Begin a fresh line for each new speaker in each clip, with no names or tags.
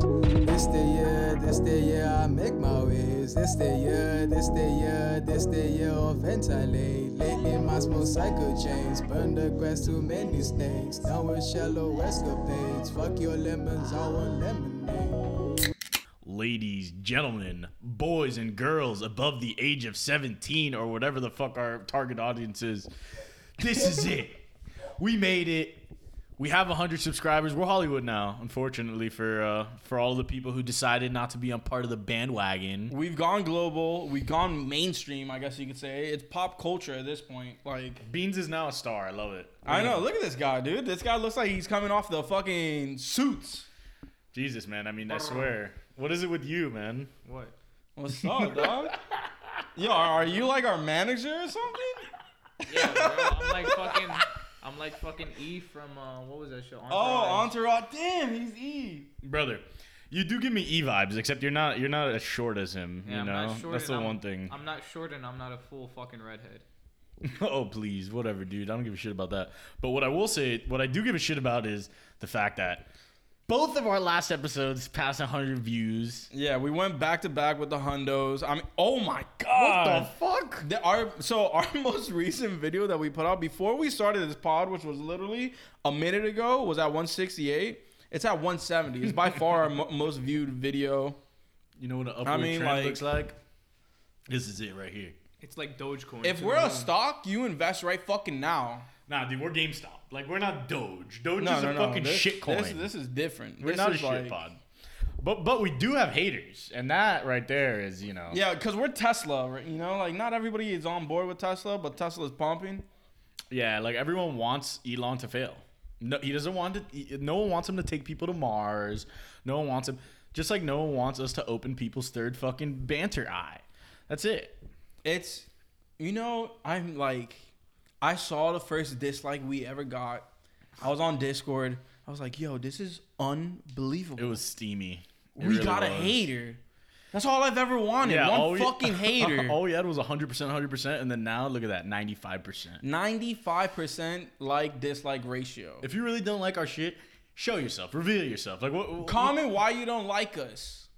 This the year, this the year I make my ways. This the year, this the year, this the year of ventilate. Lately my small cycle chains burn the grass too many snakes. Down with shallow escapades. Fuck your lemons, I want lemonade.
ladies, gentlemen, boys, and girls above the age of 17 or whatever the fuck our target audience is. This is it. We made it. We have 100 subscribers. We're Hollywood now, unfortunately, for uh, for all the people who decided not to be on part of the bandwagon.
We've gone global. We've gone mainstream. I guess you could say it's pop culture at this point. Like
Beans is now a star. I love it.
I know. Look at this guy, dude. This guy looks like he's coming off the fucking suits.
Jesus, man. I mean, I swear. What is it with you, man?
What?
What's up, dog? Yo, are you like our manager or something?
Yeah, bro. I'm like fucking. I'm like fucking E from uh, what was that show?
Oh,
Entourage.
Entourage. Damn, he's E.
Brother. You do give me E vibes, except you're not you're not as short as him.
Yeah,
you
I'm
know,
not short
that's
and
the
I'm-
one thing.
I'm not short and I'm not a full fucking redhead.
oh please, whatever, dude. I don't give a shit about that. But what I will say, what I do give a shit about is the fact that both of our last episodes passed 100 views.
Yeah, we went back to back with the hundos. I mean, oh my
What
god.
the fuck?
The- our so our most recent video that we put out before we started this pod, which was literally a minute ago, was at 168. It's at 170. It's by far our mo- most viewed video.
You know what an upward
mean,
trend
like-
looks like? This is it right here.
It's like Dogecoin.
If
to
we're
the
a
moon.
stock, you invest right fucking now.
Nah, dude, we're GameStop. Like we're not Doge. Doge
No,
is
no,
a
no.
fucking
this,
shit coin.
This, this is different.
we're
This
not a
is
shit
like-
pod. But but we do have haters, and that right there is you know.
Yeah, because we're Tesla, right? You know, like not everybody is on board with Tesla, but Tesla's pumping.
Yeah, like everyone wants Elon to fail. No, he doesn't want to. No one wants him to take people to Mars. No one wants him. Just like no one wants us to open people's third fucking banter eye. That's it.
It's, you know, I'm like, I saw the first dislike we ever got. I was on Discord. I was like, yo, this is unbelievable.
It was steamy. It
we
really
got a
was.
hater. That's all I've ever wanted.
Yeah, all
One
we-
fucking hater.
All we had was 100%, 100%, and then now look at that, 95%.
95% like dislike ratio.
If you really don't like our shit, show yourself, reveal yourself. Like what? what-
Comment why you don't like us.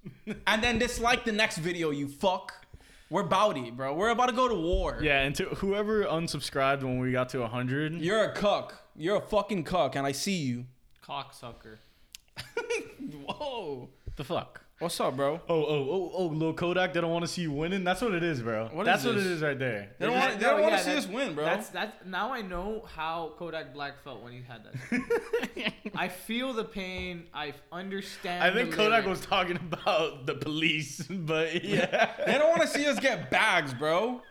and then dislike the next video, you fuck. We're about it, bro. We're about to go to war.
Yeah, and to whoever unsubscribed when we got to 100,
You're a cuck. You're a fucking cuck, and I see you.
cocksucker.
Whoa.
the fuck.
What's up, bro?
Oh, oh, oh, oh, Lil Kodak, they don't want to see you winning. That's what it is, bro.
What
That's
is
what it
this?
is right there.
They don't
That-
want. They
no,
don't want
yeah,
to see
that-
us win, bro.
That's that. Now I know how Kodak Black felt when he had that. I feel the pain. I understand.
I think
the
Kodak was
lyrics.
talking about the police, but yeah.
They don't want to see us get bags, bro.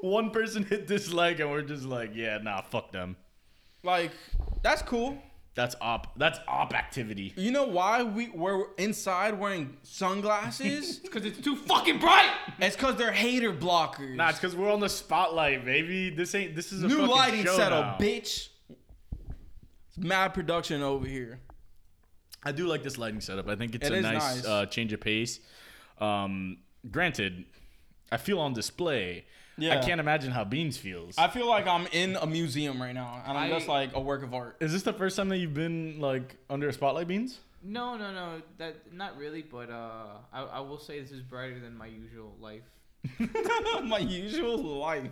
One person hit dislike and we're just like, yeah, nah, fuck them.
Like, that's cool.
That's op that's op activity.
You know why we we're inside wearing sunglasses?
because it's too fucking bright.
it's because they're hater blockers.
Nah, it's cause we're on the spotlight, baby. This ain't this is a
New
fucking
lighting
show
setup,
now.
bitch. It's mad production over here.
I do like this lighting setup. I think it's
It
a
is
nice,
nice.
Uh, change of pace. Um, granted, I feel on display. I
Yeah.
can't imagine how Beans feels.
I feel like I'm in a museum right now, and I'm
I-
just like a work of art.
is this the first time that you've been like under a spotlight, Beans?
No, no, no. That not really. But uh, I, I will say this is brighter than my usual life.
My usual life,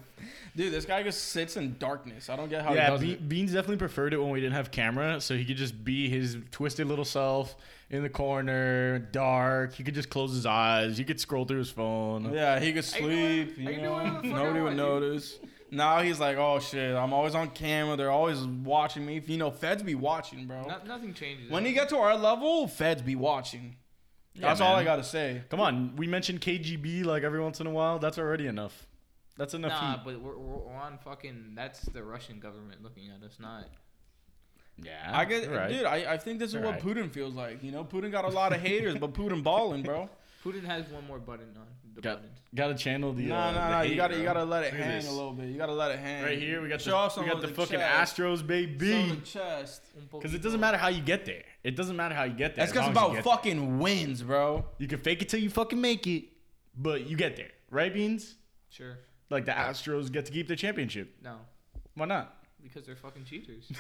dude. This guy just sits in darkness. I don't get how he
Yeah,
does
Be-
it.
Beans definitely preferred it when we didn't have camera, so he could just be his twisted little self in the corner, dark. He could just close his eyes. He could scroll through his phone.
Yeah, he could
I can do whatever-
sleep.
I
You
can do
know,
whatever the fuck I
nobody would
want, dude.
notice. Now he's like, oh shit, I'm always on camera. They're always watching me. You know, feds be watching, bro.
No, nothing changes.
when you get to our level, feds be watching. That's all
man.
I gotta say.
Come on, we mentioned KGB like every once in a while. That's already enough. That's enough.
Nah,
heat.
but we're, we're we're on fucking. That's the Russian government looking at us, not.
yeah,
I get,
you're right.
dude. I, I think this is
You're
what
right.
Putin feels like. You know, Putin got a lot of haters, but Putin balling, bro.
Putin has one more button on the
Got
buttons.
got to channel the.
No,
uh,
no,
the
no. You
hate,
gotta, you
bro.
gotta let it
Look at
hang
this.
a little bit. You gotta let it hang.
Right here, we got the,
Show off some
we got
of
the, fucking
chest.
Astros,
Show the
baby.
chest.
Because it doesn't matter how you get there. It doesn't matter how you get there. as
That's
long as
because
you
about
get there.
fucking wins, bro.
You can fake it till you fucking make it, but you get there, right, Beans?
Sure.
Like the Astros get to keep the championship.
No.
Why not?
Because they're fucking cheaters.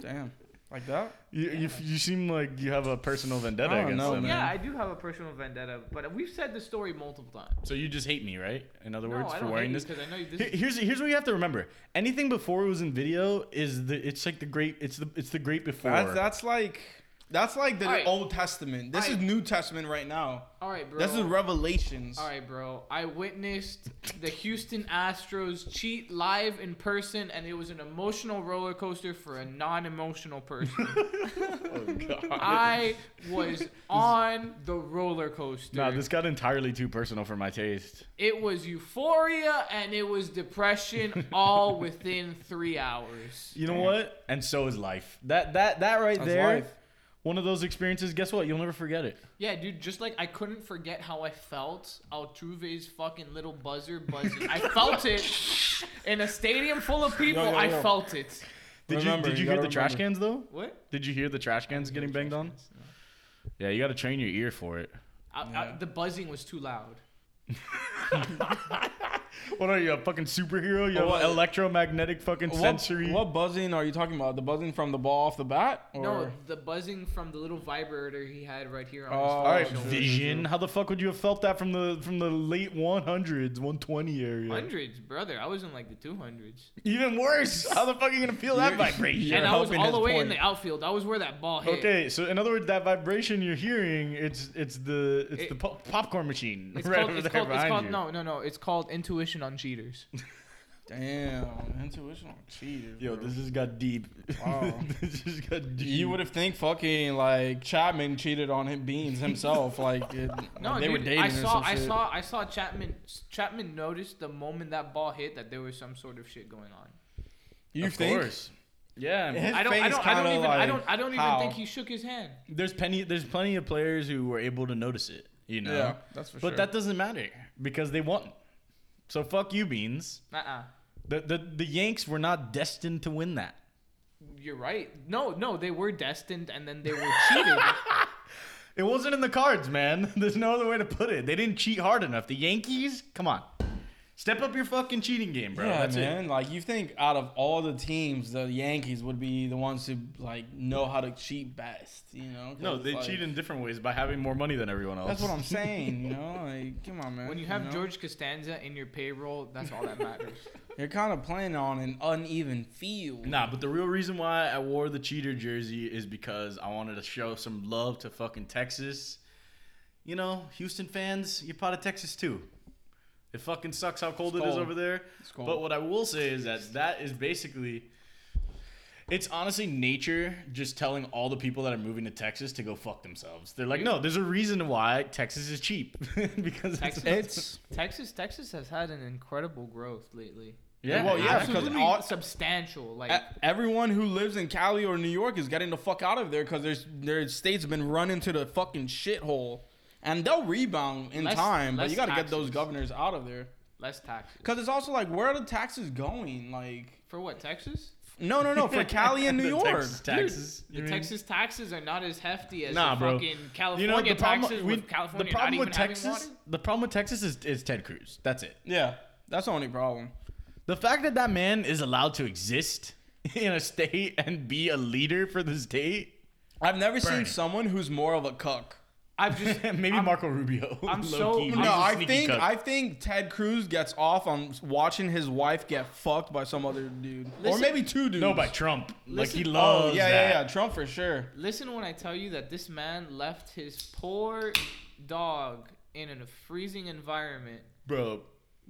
Damn. Like that?
You, you, you seem like you have a personal vendetta
I don't
against
know,
them.
man.
Yeah, I do have a personal vendetta, but we've said this story multiple times.
So you just hate me, right? In other
No,
words,
I
for
don't
wearing
hate
this.
because I know you. This
Here- Here's here's what you have to remember. Anything before it was in video is the it's like the great it's the it's the great before.
That's, that's like that's like the
Alright.
Old Testament. This is
Alright.
New Testament right now.
all right, bro.
This is Revelations.
All right, bro. I witnessed the Houston Astros cheat live in person, and it was an emotional roller coaster for a non-emotional person.
Oh,
I was on the roller coaster.
Nah, this got entirely too personal for my taste.
It was euphoria and it was depression, all within three hours.
You know what? And so is life. That that that right
That's
there.
life.
One of those experiences. Guess what? You'll never forget it.
Yeah, dude. Just like I couldn't forget how I felt Altuve's fucking little buzzer buzzing. I felt it in a stadium full of people.
yo,
I
yo.
felt it.
Did
Remember,
you did
you
you, hear the
gotta
trash
remember.
cans though?
What?
Did you hear the trash cans getting banged on? Yeah, you got to train your ear for it.
I, I, the buzzing was too loud.
What are you, a fucking superhero? You have
What-
an electromagnetic fucking
What,
sensory.
what buzzing are you talking about? The buzzing from the ball off the bat? Or?
No, the buzzing from the little vibrator he had right here on
Oh,
his
all
phone.
right,
shoulder.
vi-
Vision. How the fuck would you have felt that from the from the late 100s, 120 area?
Hundreds, brother. I was in like the two hundreds,
Even worse. How the fuck are you gonna feel that
You're-
vibration?
you're
and I was
helping
all
his
the way in
point.
the outfield. I was where that ball hit.
Okay, so in other words, that vibration you're hearing, it's it's the it's
It-
the po- popcorn machine
It's
right
called.
over
It's
there
called, it's
behind
called
you.
no, no, no. It's called intuition on cheaters.
Damn, intuition on cheaters.
Yo,
bro.
this has got deep.
Wow.
this has got deep.
You would have think fucking like Chapman cheated on him beans himself. like it,
No,
like, they
dude,
were dating.
I
or
saw,
some
I
shit.
saw, I saw Chapman. Chapman noticed the moment that ball hit that there was some sort of shit going on.
You
of
think?
course. Yeah, I mean,
His
I don't,
face
I don't, I don't
kinda
even, I
like,
don't, I don't even
how?
think he shook his hand.
there's plenty there's plenty of players who were able to notice it, you know.
Yeah, that's for
but
sure.
that doesn't matter because they won. So fuck you, Beans.
Uh-uh.
The the the Yanks were not destined to win that.
You're right. No, no, they were destined, and then they were cheated.
It wasn't in the cards, man. There's no other way to put it. They didn't cheat hard enough. The Yankees, come on. Step up your fucking cheating game, bro.
yeah,
That's
man.
it.
Like you think out of all the teams, the Yankees would be the ones who like know how to cheat best. You know? 'Cause
No, they
like,
cheat in different ways by having more money than everyone else.
That's what I'm saying. You know, like come on, man.
When you have
know?
George Costanza in your payroll, that's all that matters.
you're kind of playing on an uneven field.
Nah, but the real reason why I wore the cheater jersey is because I wanted to show some love to fucking Texas. You know, Houston fans, you're part of Texas too. It fucking sucks how cold it is
cold.
over there.
cold.
But what I will say is that that is basically. It's honestly nature just telling all the people that are moving to Texas to go fuck themselves. They're like, no, there's a reason why Texas is cheap because
Texas-
It's,
It's
Texas, Texas has had an incredible growth lately.
yeah,
Well, yeah, because
Absolutely
all-
substantial. Like
E- Everyone who lives in Cali or New York is getting the fuck out of there because their their state's been run into the fucking shithole, and they'll rebound in
Less-
time. But
less
you got to get those
taxes.
governors out of there
less taxes
because it's also like where are the taxes going? Like
for what Texas?
no, no, no, for Cali and New
The
York.
Texas taxes.
The
you mean?
Texas taxes are not as hefty as
Nah,
the
bro.
fucking California
You know what the problem?
taxes
we-
with California
the problem
not
with
even
Texas.
having water.
The problem with Texas is, is Ted Cruz. That's it.
Yeah, that's the only problem.
The fact that that man is allowed to exist in a state and be a leader for the state.
I've never
Burn
seen
it.
someone who's more of a cuck.
I've just
Maybe
I'm-
Marco Rubio.
I'm
Low
so-
key,
No,
he's
No,
a
I
sneaky
think
cuck.
I think Ted Cruz gets off on watching his wife get fucked by some other dude, or
Listen-
maybe two dudes.
no by Trump. like he
Listen-
loves
Oh yeah,
that.
yeah, yeah. Trump for sure.
Listen when I tell you that this man left his poor dog in a freezing environment.
bro.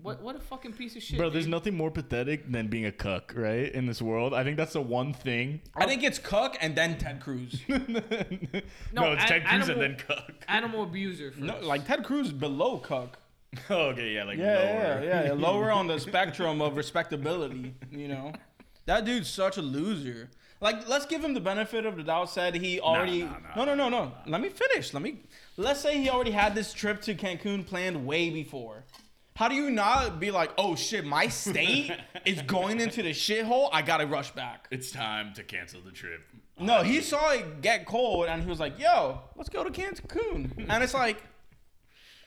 What what a fucking piece of shit.
Bro, there's
dude.
nothing more pathetic than being a cuck, right? In this world, I think that's the one thing.
I think it's Cook and then Ted Cruz.
no,
No,
it's
an-
Ted Cruz
animal-
and then cuck.
animal abuser. First.
no, like Ted Cruz below Cook.
Oh, okay, yeah, like
Yeah,
lower.
yeah, yeah, Lower on the spectrum of respectability, you know. That dude's such a loser. Like, let's give him the benefit of the doubt. Said he already.
nah, nah,
no, no, no, no. Let me finish. Let me. Let's say he already had this trip to Cancun planned way before. How do you not be like, oh shit, my state is going into the shithole. I gotta rush back.
It's time to cancel the trip.
No, he saw it get cold and he was like, yo, let's go to Cancun. And it's like,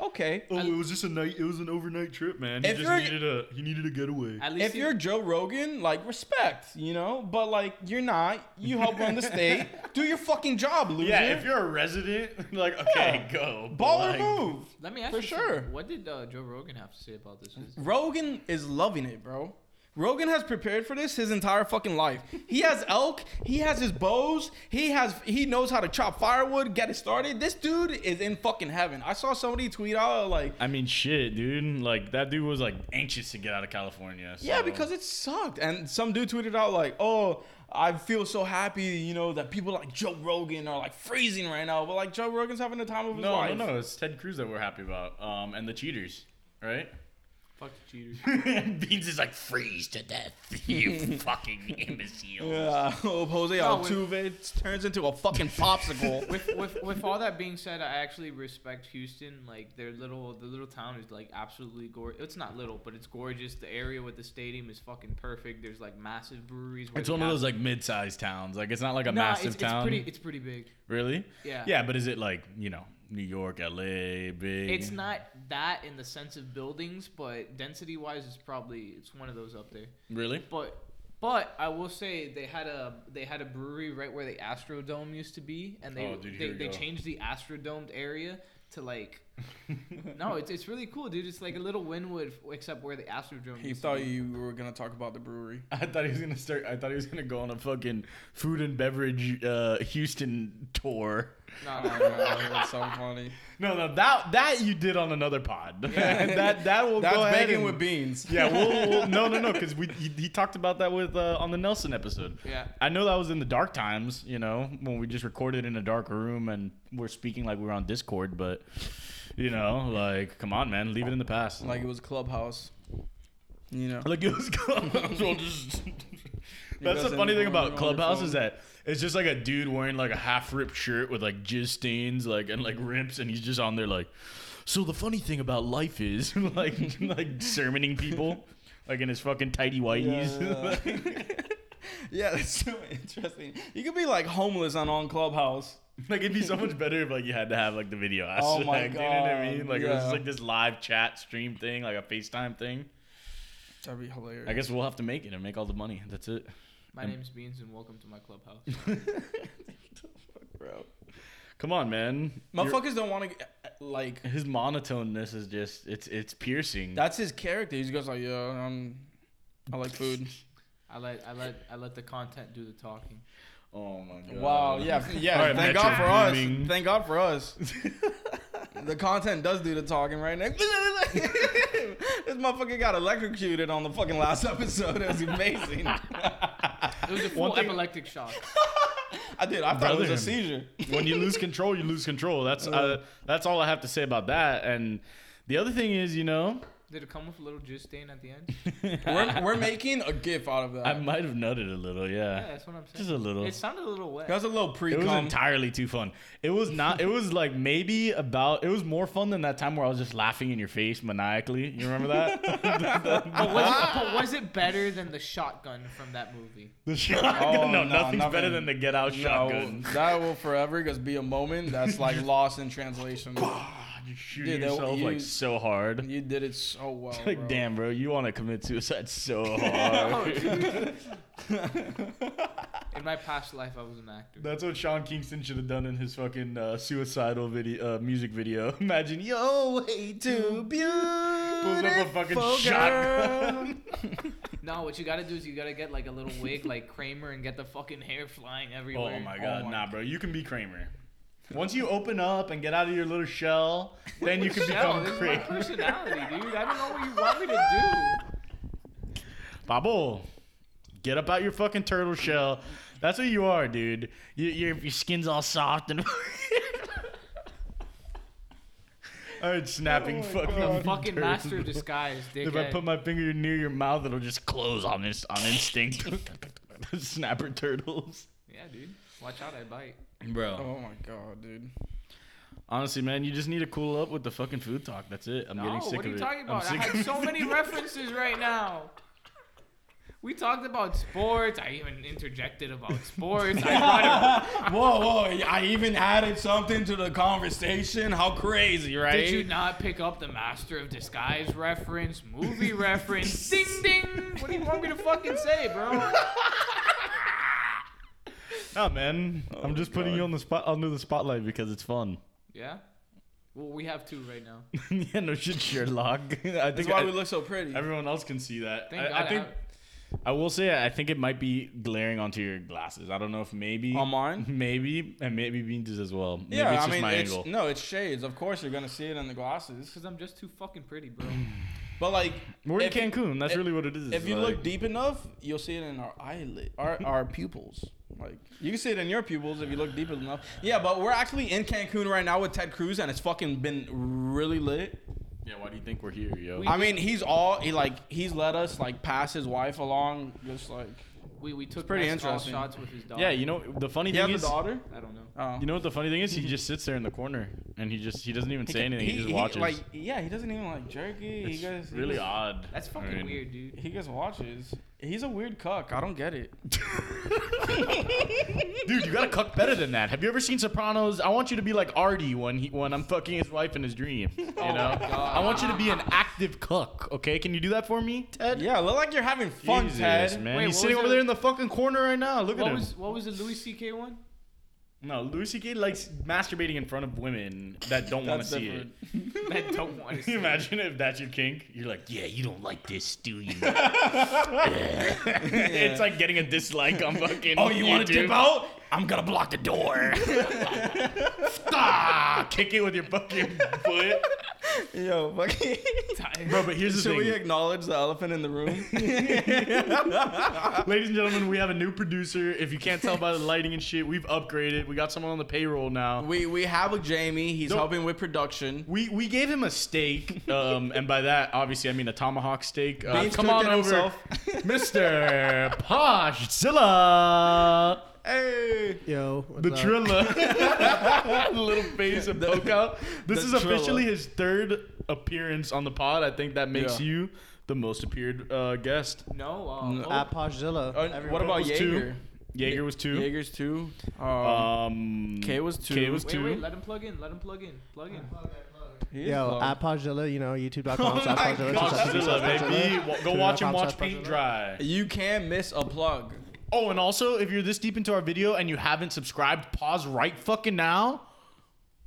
Okay.
Oh, it was just a night. It was an overnight trip, man.
He If just you're- needed
a he needed a getaway.
At least
If
he-
you're Joe Rogan, like respect, you know, but like you're not. You help run the state. Do your fucking job, loser.
Yeah, if you're a resident, like okay,
Yeah.
go but,
baller
like,
move.
let me ask
for
you something.
sure.
What did uh, Joe Rogan have to say about this? Is-
Rogan is loving it, bro. Rogan has prepared for this his entire fucking life. He has elk, he has his bows, he has he knows how to chop firewood, get it started. This dude is in fucking heaven. I saw somebody tweet out like,
I mean, shit, dude. Like that dude was like anxious to get out of California.
yeah,
so-
because it sucked. And some dude tweeted out like, "Oh, I feel so happy, you know, that people like Joe Rogan are like freezing right now, but like Joe Rogan's having the time of his
no,
life."
no, no, it's Ted Cruz that we're happy about, um, and the cheaters, right?
Fuck the cheaters.
Beans is like freeze to death, you fucking imbecile.
Yeah, hope Jose
No, we-
Altuve turns into a fucking popsicle.
with, with with all that being said, I actually respect Houston. Like their little the little town is like absolutely gorgeous. It's not little, but it's gorgeous. The area with the stadium is fucking perfect. There's like massive breweries. where
It's
they
one of
have-
those like mid-sized towns. Like it's not like a
Nah,
massive
it's,
town.
It's pretty. It's pretty big.
Really?
Yeah.
Yeah, but is it like you know New York, L.A., big?
It's not that in the sense of buildings, but density wise, it's probably it's one of those up there.
really.
But but I will say they had a they had a brewery right where the Astrodome used to be, and they
Oh, dude, here
they,
we
they
go.
changed the Astrodomed area to like. no, it's, it's really cool, dude. It's like a little Winwood, except where the Astrodome.
he
used to
thought
be.
you were gonna talk about the brewery.
I thought he was gonna start. I thought he was gonna go on a fucking food and beverage uh, Houston tour.
No,
Oh,
no, no.
no, that's so funny.
No, no, that that you did on another pod. that that will
That's
go ahead
bacon
and-
with beans.
Yeah, we'll, we'll, no, no, no, because we he, he talked about that with uh, on the Nelson episode.
Yeah.
I know that was in the dark times, you know, when we just recorded in a dark room and we're speaking like we were on Discord, but you know, like, come on, man, leave it in the past.
Like it was Clubhouse. You know.
Like it was Clubhouse. I'll just- That's the
doesn't
funny thing
want it
about
on
Clubhouse
your
is that it's just like a dude wearing like a half ripped shirt with like jizz stains, like and like rips, and he's just on there like. So the funny thing about life is like like sermoning people, like in his fucking tidy whities.
yeah, that's so interesting. You could be like homeless on on Clubhouse.
like it'd be so much better if like you had to have like the video aspect.
Oh my
you know what I
God,
mean? Like it was just
yeah.
like this live chat stream thing, like a FaceTime thing.
That'd be hilarious.
I guess we'll have to make it and make all the money. That's it.
My name's Beans, and welcome to my clubhouse.
bro.
Come on, man. You're-
Motherfuckers don't want to like.
His monotoneness is just it's it's piercing.
That's his character. He just goes like, "Yo, I'm, I like food."
I let I let I let the content do the talking.
oh my god.
wow. Yeah. Yeah.
All right,
thank
Metro
God for us.
Booming.
Thank God for us. the content does do the talking, right? Nick? this motherfucker got electrocuted on the fucking last episode. It was amazing.
It was a
One
full
thing-
epileptic shock.
I did. I thought it
Brother.
was a seizure.
when you lose control, you lose control. That's uh, that's all I have to say about that. And the other thing is, you know,
Did it come with a little juice stain at the end?
We're, we're making a gif out of that.
I might have nutted a little.
Yeah,
Yeah,
that's what I'm saying.
just a little.
It sounded a little wet.
That was a little pre
It was
cum.
entirely too fun. It was not. It was like maybe about. It was more fun than that time where I was just laughing in your face maniacally. You remember that?
But was, it, but was it better than the shotgun from that movie?
the shotgun.
Oh,
no,
no,
nothing's
nothing.
better than the get out shotgun.
that will forever just be a moment that's like lost in translation.
You shoot
Dude, that-
yourself
you-
like so hard.
You did it so well.
Like,
bro.
damn, bro, Oh, you want to commit suicide so hard.
In my past life, I was an actor.
That's what Sean Kingston should have done in his fucking uh, suicidal video, uh, music video. Imagine, yo, way too beautiful. Pulls up a fucking shotgun.
No, what you gotta do is you gotta get like a little wig like Kramer and get the fucking hair flying everywhere.
oh my god,
my
nah, bro, you can be Kramer. Once you open up and get out of your little shell, then you can
Shell,
become
this is my
Kramer.
personality, dude. I don't know what you want me to
Babo, get up out your fucking turtle shell. That's what you are, dude. You, your, your skin's all soft and. I heard
Oh
snapping fucking.
do.
turtles.
Fucking master of disguise,
If I
dickhead.
put my finger near your mouth, it'll just close on this on instinct. Snapper turtles,
yeah, dude. Watch out, I bite.
bro.
Oh my god, dude.
Honestly, man, you just need to cool up with the fucking food talk. That's it. I'm
No,
getting sick
Oh, what
of
are you
it.
talking
I'm
about? I
sick
had
of
so
it.
many references right now. We talked about sports. I even interjected about sports. I brought it-
whoa, whoa! I even added something to the conversation. How crazy, right?
Did you not pick up the Master of Disguise reference, movie reference? ding ding! What do you want me to fucking say, bro?
Nah, man. I'm
Oh
just putting you on the spot under the spotlight because it's fun.
Yeah? Well, we have two right now.
yeah, no shit, Sherlock. I
That's
think
why
I-
we look so pretty.
everyone else can see that.
Thank
I,
God.
I think I will say I think it might be glaring onto your glasses. I don't know if maybe
On mine?
maybe and maybe Beans' as well. Maybe
yeah,
it's just
I mean,
my
it's,
angle.
no, it's shades. Of course, you're gonna see it in the glasses.
because I'm just too fucking pretty, bro.
But like,
We're in
if you-
Cancun. That's
if-
really what it is.
If you
like-
look deep enough, you'll see it in our eyelid, our our pupils. Like you can see it in your pupils if you look deep enough. Yeah, but we're actually in Cancun right now with Ted Cruz, and it's fucking been really lit.
yeah, why do you think we're here, yo?
We-
I mean, he's all he like he's let us like pass his wife along, just like
We, we took
pretty
nice all
interesting.
shots with his dog.
yeah, you know the funny
he
thing
has a
is,
daughter.
I don't know.
Oh.
you know what the funny thing is, he just sits there in the corner and he just he doesn't even say anything. He, just watches.
like yeah, he doesn't even like jerky.
it's
he goes
really
he goes,
odd.
That's
I
fucking
mean-
weird, dude.
He just watches. He's a weird cuck. I don't get it.
Dude, you gotta cook better than that. Have you ever seen Sopranos? I want you to be like Artie when he when I'm fucking his wife in his dream. You know, I want you to be an active cook. Okay, can you do that for me, Ted?
Yeah, look like you're having fun,
Jesus,
Ted.
man.
Wait,
He's
what
sitting
was
over
it-
there in the fucking corner right now. Look at
What
him.
was what was the Louis C.K. one?
No, Louis C.K. likes masturbating in front of women that don't want to
That's
see it.
different.
I don't want to
Can
see.
you
it.
imagine if that's your kink? You're like, yeah, you don't like this, do you? It's like getting a dislike on fucking.
Oh, you wanna
YouTube.
dip out?
I'm gonna block the door. Stop! Ah, Kick it with your fucking foot.
Yo, fucking.
Bro, but here's the
Should
thing,
we acknowledge the elephant in the room?
ladies and gentlemen, we have a new producer. If you can't tell by the lighting and shit, we've upgraded. We got someone on the payroll now.
we we have a Jamie. He's
No.
helping with production.
We we gave him a steak, um, and by that obviously I mean a tomahawk steak. Uh,
Beans
come on
cooking
over,
himself.
Mister Poshzilla.
Hey.
Yo, what's
The
up?
Trilla, The little face of poke out. This
the
is officially his third appearance on the pod. I think that makes
Yeah.
you the most appeared uh, guest.
No, uh,
Mm,
oh,
At Poshzilla.
Uh, what
everywhere.
about
was two.
Jaeger?
Jaeger was two.
Jaeger's two. Um,
Um,
K was two.
K was
wait,
two.
wait, let him plug in. Let him plug in. Plug in.
he is
Yo,
low.
at Poshzilla, you know, youtube.com
Oh
slash
my
Poshzilla.
God.
slash Poshzilla,
Poshzilla,
slash
baby.
Poshzilla.
Wa- Go watch him
Twitter.com
watch
slash
paint
Poshzilla.
dry.
you can miss a plug.
Oh, and also, if you're this deep into our video and you haven't subscribed, pause right fucking now,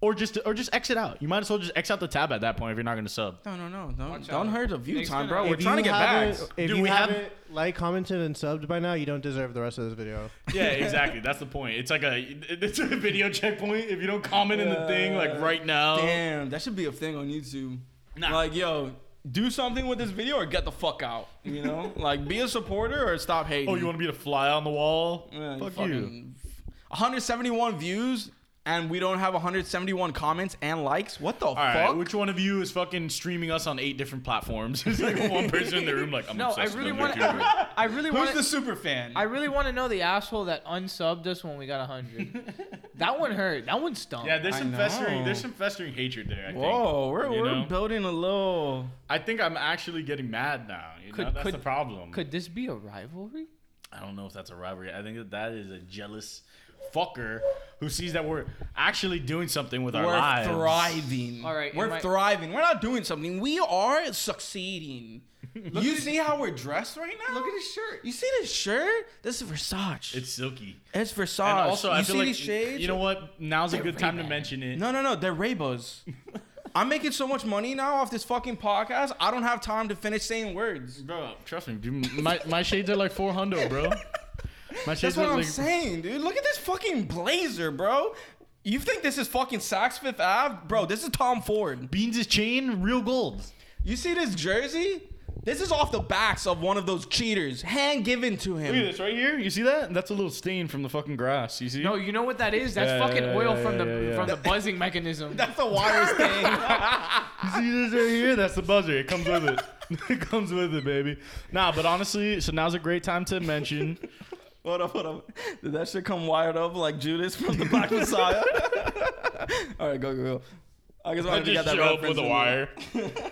or just or just exit out. You might as well just X out the tab at that point if you're not gonna sub.
No, no, no. Don't,
Watch
don't
out.
hurt the view
Nick's
time,
gonna-
bro. We're
If
trying to get
you
back.
haven't- If
Dude,
you
we have-
haven't like, commented, and subbed by now, you don't deserve the rest of this video.
Yeah, exactly. That's the point. It's like a it's a video checkpoint. If you don't comment in the thing like right
Oh.
now,
Uh, Damn, that should be a thing on YouTube.
Nah.
Like, yo, do something with this video or get the fuck out. You know, like, be a supporter or stop hating.
oh, you want to be the fly on the wall?
Yeah,
Fuck you.
fucking- 171 views and we don't have 171 comments and likes. What the
All right,
fuck?
which one of you is fucking streaming us on eight different platforms? There's like one person in the room like I'm
No, I
obsessed
really
with
want.
YouTube.
I, I really
Who's
want.
the super fan?
I really want to know the asshole that unsubbed us when we got 100. that one hurt. That one stung.
Yeah, there's
I
some
know.
festering. There's some festering hatred there. I think.
Whoa, we're,
You
we're
know?
building a little.
I think I'm actually getting mad now. You know,
Could-
that's
could-
the problem.
Could this be a rivalry?
I don't know if that's a robbery. I think that that is a jealous fucker who sees that we're actually doing something with our
we're
lives.
thriving.
All right,
we're
am I-
thriving. We're not doing something. We are succeeding. you see how we're dressed right now?
Look at his shirt.
You see this shirt? This is Versace. It's,
It's silky.
Versace.
And also,
you
I
see
feel like
these shades?
you know what? Now's a good time to mention it.
No, no, no. They're Raybos. I'm making so much money now off this fucking podcast. I don't have time to finish saying words.
Bro, trust me, dude, my my shades are like four hundo, bro. My shades
That's what
are
I'm
like
saying, dude. Look at this fucking blazer, bro. You think this is fucking Saks Fifth Ave, bro? This is Tom Ford.
Beans' chain, real gold.
You see this jersey? This is off the backs of one of those cheaters, hand given to
Look at
him.
this right here. You see that? That's a little stain from the fucking grass. You see?
No, you know what that is? That's
Yeah,
fucking
yeah,
oil
yeah,
from the
yeah, yeah.
from the buzzing mechanism.
That's the wires thing.
You see this right here? That's the buzzer. It comes with it. it comes with it, baby. Nah, but honestly, so now's a great time to mention.
hold up, hold up. Did that shit come wired up like Judas from the Black Messiah? All right, go, go, go. I just wanted to get that reference in there.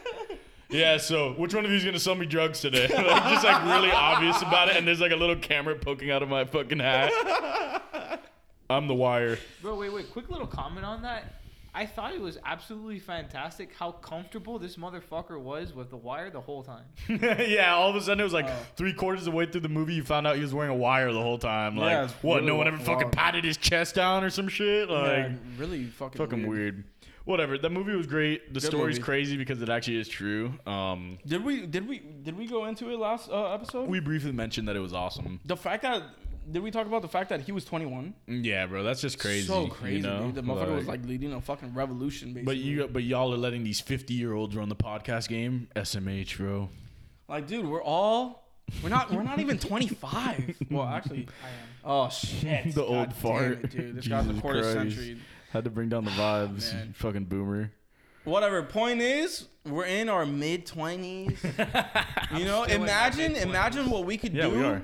yeah, so which one of you is gonna sell me drugs today? like, just like really obvious about it, and there's like a little camera poking out of my fucking hat. I'm the wire.
Bro, wait, wait. Quick little comment on that. I thought it was absolutely fantastic how comfortable this motherfucker was with the wire the whole time.
yeah, all of a sudden it was like
Oh.
three quarters of the way through the movie, you found out he was wearing a wire the whole time. Like,
Yeah, it's
what?
really
no one
wa-
ever fucking
wild.
patted his chest down or some shit. Like,
Yeah, really fucking
fucking weird. Whatever. That movie was great. The
Good
story's
movie.
crazy because it actually is true. Um,
Did we did we did we go into it last uh, episode?
we briefly mentioned that it was awesome.
the fact that did we talk about the fact that he was 21?
Yeah, bro, that's just crazy.
so
you
crazy,
know?
dude. The motherfucker was like leading a fucking revolution,
But
basically.
you, but y'all are letting these fifty-year-olds run the podcast game. SMH, bro.
like, dude, we're all we're not we're not even 25. well, actually,
I am.
oh shit,
The old
damn
fart.
it, dude. This guy's a
Jesus
quarter
Christ.
century.
Had to bring down the vibes,
Ah, man.
fucking boomer.
Whatever. Point is, we're in our mid 20s. you know,
still in my
imagine
mid-twenties.
imagine what we could
Yeah,
do.
we are.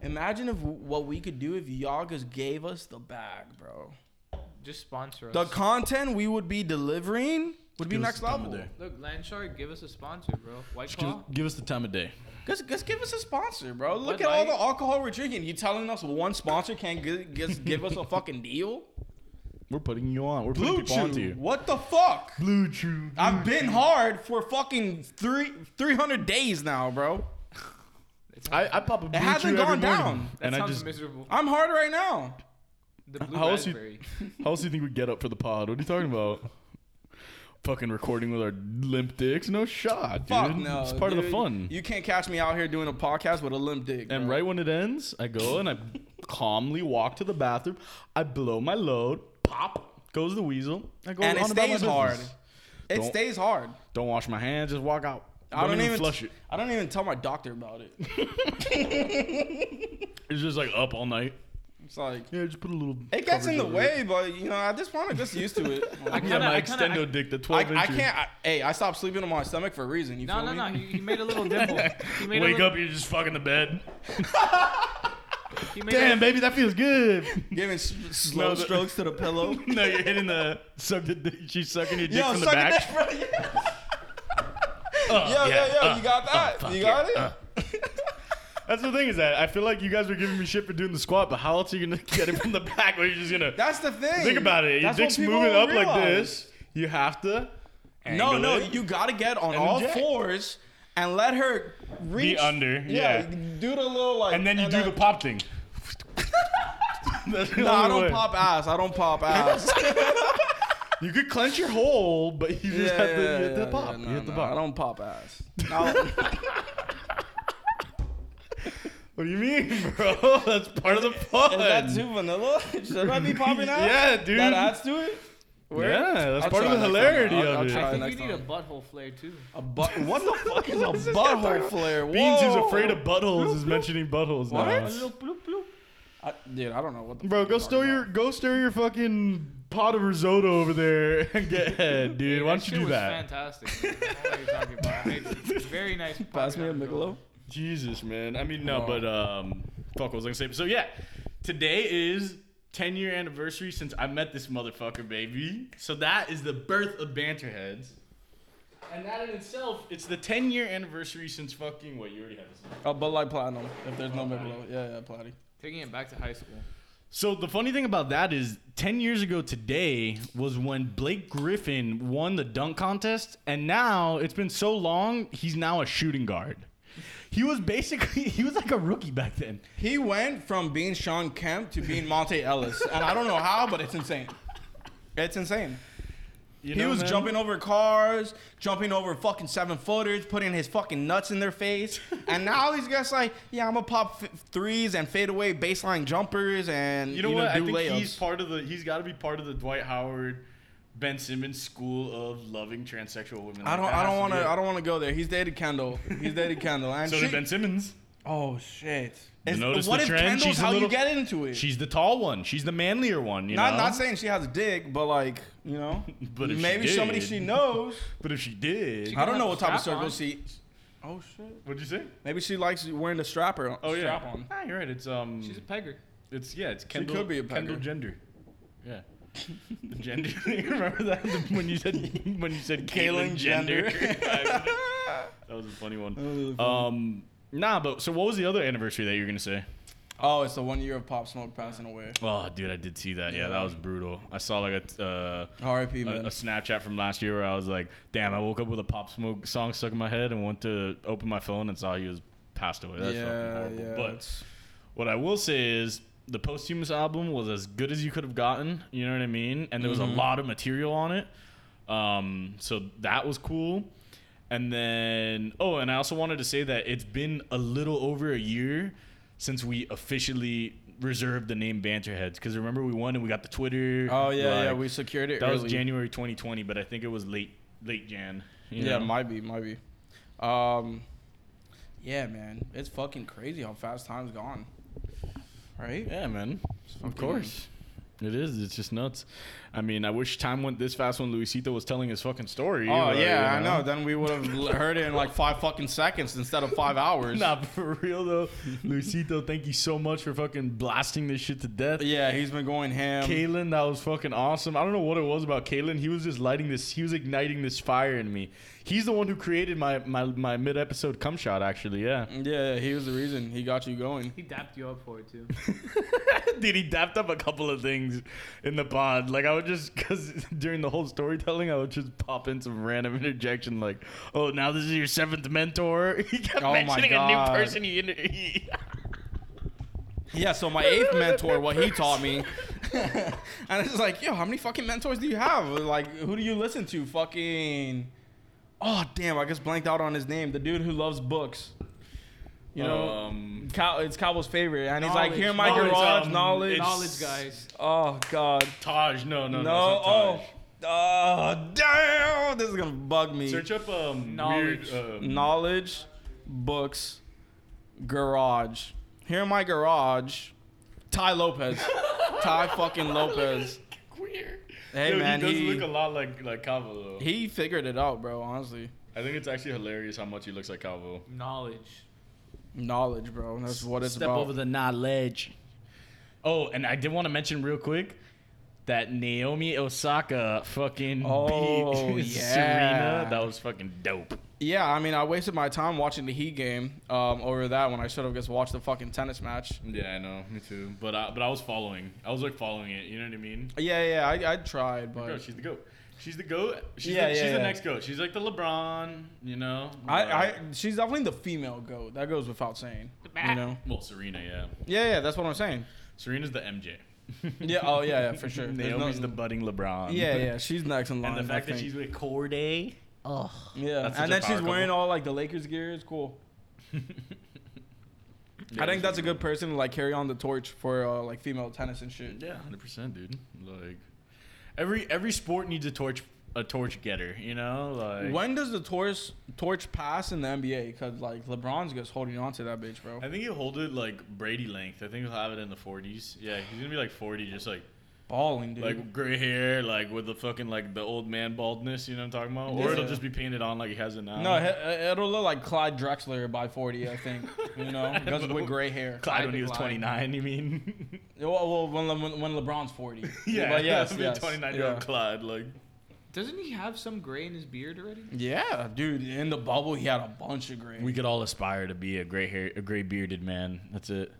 Imagine if what we could do if y'all just gave us the bag, bro.
Just sponsor us.
The content we would be delivering would be
Give us
next
the time of
level.
day.
Look, Landshark, give us a sponsor, bro. White
Just give,
Claw.
give us the time of day.
Just, just give us a sponsor, bro. Look
Bud
at all
Light.
the alcohol we're drinking. You telling us one sponsor can't gi- just give us a fucking deal?
We're putting you on. We're putting
Blue
people onto
Chew.
you.
What the fuck?
Blue Chew.
I've been hard for fucking three 300 days now, bro.
I, I pop a Blue Chew
hasn't
every morning,
gone down.
That
and I
sounds
just,
miserable.
I'm hard right now.
The blue
how else you-
raspberry.
how else do you think we get up for the pod? What are you talking about? fucking recording with our limp dicks? No shot, dude.
Fuck no.
It's part of the
dude.
fun.
You can't catch me out here doing a podcast with a limp dick.
And
bro.
right when it ends, I go and I calmly walk to the bathroom. I blow my load. Pop goes the weasel. I go
and it
on about my
stays hard.
business.
It
Don't-
stays hard.
Don't wash my hands. Just walk out.
I don't, even
flush it.
I don't even tell my doctor about it.
It's just like up all night.
It's like
Yeah, just put a little.
it gets
coverage
in the
over
way, but you know at this point I'm just used to it.
I
Like,
it.
kinda,
Yeah, my
I kinda,
extendo
I,
dick, the
I,
twelve
I
inch.
can't. I, hey, I stopped sleeping on my stomach for a reason. You
no,
feel
no,
me?
no. He, he made a little dimple. He made
Wake
a little,
up, you're just fucking the bed.
He made
Damn,
a,
baby, that feels good.
Giving s- slow
No, the-
strokes to the pillow.
no, you're hitting the. Suck the dick. She's sucking your dick
yo,
from the
suck it
back.
in, bro.
Uh,
Yo, yo,
yeah,
yo,
uh,
you got that?
fuck
you got
yeah,
it?
uh. That's the thing is that I feel like you guys were giving me shit for doing the squat, but how else are you gonna get it from the back? Where you're just gonna
That's the thing.
think about it. Your
That's what
dick's
people
moving
don't
up like
realize.
this. You have to.
No,
angle
no,
it.
you gotta get on
And
all
inject.
fours and let her reach
under, yeah.
do the little like,
and then you do the pop thing. That's the
No, I
only
don't
way.
pop ass. I don't pop ass.
You could clench your hole, but you just have to, you have to pop.
no,
you have to
no,
pop.
I don't pop ass. No,
What do you mean, bro? That's part of the fun.
is that too vanilla? Should I be popping ass?
Yeah, dude.
That adds to it. Where?
Yeah, that's
I'll
part of
try
the
next time.
hilarity
I'll-
of
I'll
it.
try
I
next
think you need a
time.
butthole flare too.
A butt. What the fuck is a butthole flare?
Beans, who's
Whoa.
afraid of buttholes, is mentioning buttholes
What?
now.
I, dude, I don't know what. The
Bro,
fuck
go
you're
stir
talking
your go stir your fucking pot of risotto over there and get head, dude. Why don't
That
you
shit
do
was
that?
Fantastic. man. I don't know what you're talking about. I made a very nice.
about. Pass me a
podcast, bro.
Michelob.
Jesus, man. I mean, no,
Wow.
but um, fuck, what was I gonna say? So yeah, today is 10 year anniversary since I met this motherfucker, baby. So that is the birth of Banterheads, and that in itself, it's the 10 year anniversary since fucking what you already have. This
A Bud Light Platinum. If there's no Michelob, yeah, yeah, Platy.
Taking it back to high school.
So the funny thing about that is 10 years ago today was when Blake Griffin won the dunk contest and now it's been so long he's now a shooting guard. He was basically he was like a rookie back then.
He went from being Sean Kemp to being Monte Ellis, and I don't know how, but it's insane. It's insane.
You
he
know,
was
man?
jumping over cars, jumping over fucking seven footers, putting his fucking nuts in their face, and now he's just like, yeah, I'm gonna pop f- threes and fade away baseline jumpers and
You know what? I
do
think
layups.
he's part of the he's got to be part of the Dwight Howard Ben Simmons school of loving transsexual women.
I
Like,
don't.
that
I
has
don't want
be
to.
it.
I don't want to go there. He's dated Kendall. He's dated Kendall. And
So
she,
did Ben Simmons.
Oh shit! It's-
notice
what
the
if
trend?
Kendall's
She's a
how
little-
you get into it?
She's the tall one. She's the manlier one, you
not
know.
not saying she has a dick, but like you know,
But if she
maybe somebody
did-
she knows.
but if she did,
I don't know
have
what
a
type of
strap
circle
on.
she. Oh shit!
what'd you say?
Maybe she likes wearing the strapper.
Oh yeah.
strap on.
Ah, you're right. It's um.
She's a pegger.
It's yeah, it's Kendall.
could be a
Kendall
pecker.
gender. Yeah. The gender. you remember that when you said when you said
Kaylin
Caitlyn gender?
gender.
That was a funny one. Um, nah, but so what was the other anniversary that you were gonna say?
Oh, it's the one year of Pop Smoke passing away.
Oh, dude, I did see that. Yeah, that was brutal. I saw like a t- uh,
R.I.P.
a,
Man.
a Snapchat from last year where I was like, "Damn, I woke up with a Pop Smoke song stuck in my head and went to open my phone and saw he was passed away." That's
Yeah,
fucking horrible.
yeah,
but what I will say is the posthumous album was as good as you could have gotten. You know what I mean? And there was a
Mm-hmm.
lot of material on it, um, so that was cool. And then oh, and I also wanted to say that it's been a little over a year since we officially reserved the name Banterheads because remember we won and we got the Twitter.
oh yeah, yeah,
like,
we secured it.
that was
early.
January 2020, but I think it was late late Jan. you
Yeah,
know?
might be, might be. Um, yeah, man, it's fucking crazy how fast time's gone. Right?
yeah, man.
fucking-
Of course. It is. It's just nuts. I mean, I wish time went this fast when Luisito was telling his fucking story.
Oh
but,
yeah,
you
I know. Then we would have heard it in like five fucking seconds instead of five hours.
Nah, for real though, Luisito, thank you so much for fucking blasting this shit to death.
Yeah, he's been going ham.
Kalen, that was fucking awesome. I don't know what it was about Kalen. He was just lighting this. He was igniting this fire in me. He's the one who created my my my mid episode cum shot. Actually, yeah.
yeah, he was the reason he got you going.
He dapped you up for it too.
Dude, he dapped up a couple of things in the pod. Like I would just, cause during the whole storytelling, I would just pop in some random interjection, like, "Oh, now this is your seventh mentor." He kept
Oh my
mentioning a
God.
new person. He, inter- he
Yeah, so my eighth mentor, what he taught me, and it's just like, yo, how many fucking mentors do you have? Like, who do you listen to? Fucking, oh damn, I just blanked out on his name. The dude who loves books. You know,
Um,
Cow, it's Cowboy's favorite, and he's like,
Knowledge.
here in my
Knowledge,
garage,
um,
knowledge.
it's-
Knowledge, guys.
Oh God,
Taj, no, no, no,
no,
it's not
oh,
Taj.
oh, damn, this is gonna bug me.
Search up um
Knowledge.
Weird, um,
knowledge, books, garage. Here in my garage, Ty Lopez, Ty fucking Lopez.
Weird.
Hey
Dude,
man,
he
he,
does look a lot like like Cavo though.
he figured it out, bro. Honestly,
I think it's actually hilarious how much he looks like Cavo.
Knowledge.
knowledge, bro. That's what it's about.
the knowledge. Oh, and I did want to mention real quick that Naomi Osaka fucking
Oh,
beat
yeah.
Serena. That was fucking dope.
yeah, I mean, I wasted my time watching the Heat game um, over that when I should have just watched the fucking tennis match.
Yeah, I know, me too. But I, but I was following. I was like following it. You know what I mean?
Yeah, yeah, I, I tried,
Bro,
but
she's the goat. She's the goat. She's,
Yeah,
the,
yeah,
she's the
yeah.
next goat. She's like the LeBron. You know.
I,
Like-
I, she's definitely the female goat. That goes without saying. You know?
Well, Serena, yeah.
Yeah, yeah, that's what I'm saying.
Serena's the MJ.
Yeah, oh yeah, yeah, for sure. There's
Naomi's
no-
the budding LeBron.
yeah, yeah, she's next in line.
Uh, And the fact
I
that
think.
she's with Corday.
yeah,
that's such
and
a
then she's
power
wearing
couple.
all like the Lakers gear. It's cool. I think that's a good person to like carry on the torch for uh, like female tennis and shit.
Yeah, hundred percent, dude. Like every every sport needs a torch a torch getter, you know. Like
When does the torch torch pass in the NBA? Because like LeBron's just holding on to that bitch, bro.
I think he'll hold it like Brady length. I think he'll have it in the forties. Yeah, he's gonna be like forty, just like
Balling, dude.
like gray hair, like with the fucking like the old man baldness. You know what I'm talking about? Or it'll
Yeah.
just be painted on like he has it now.
no, it, it'll look like Clyde Drexler by 40, I think. You know, because with gray hair.
Clyde when he was
Clyde.
twenty nine. You mean?
Well, well when, Le- when, when LeBron's 40. but yes, yes.
twenty nine year
yeah.
old Clyde. Like
Doesn't he have some gray in his beard already?
Mm-hmm. Yeah, dude, in the bubble, he had a bunch of gray.
we could all aspire to be a gray hair, a gray bearded man. That's it.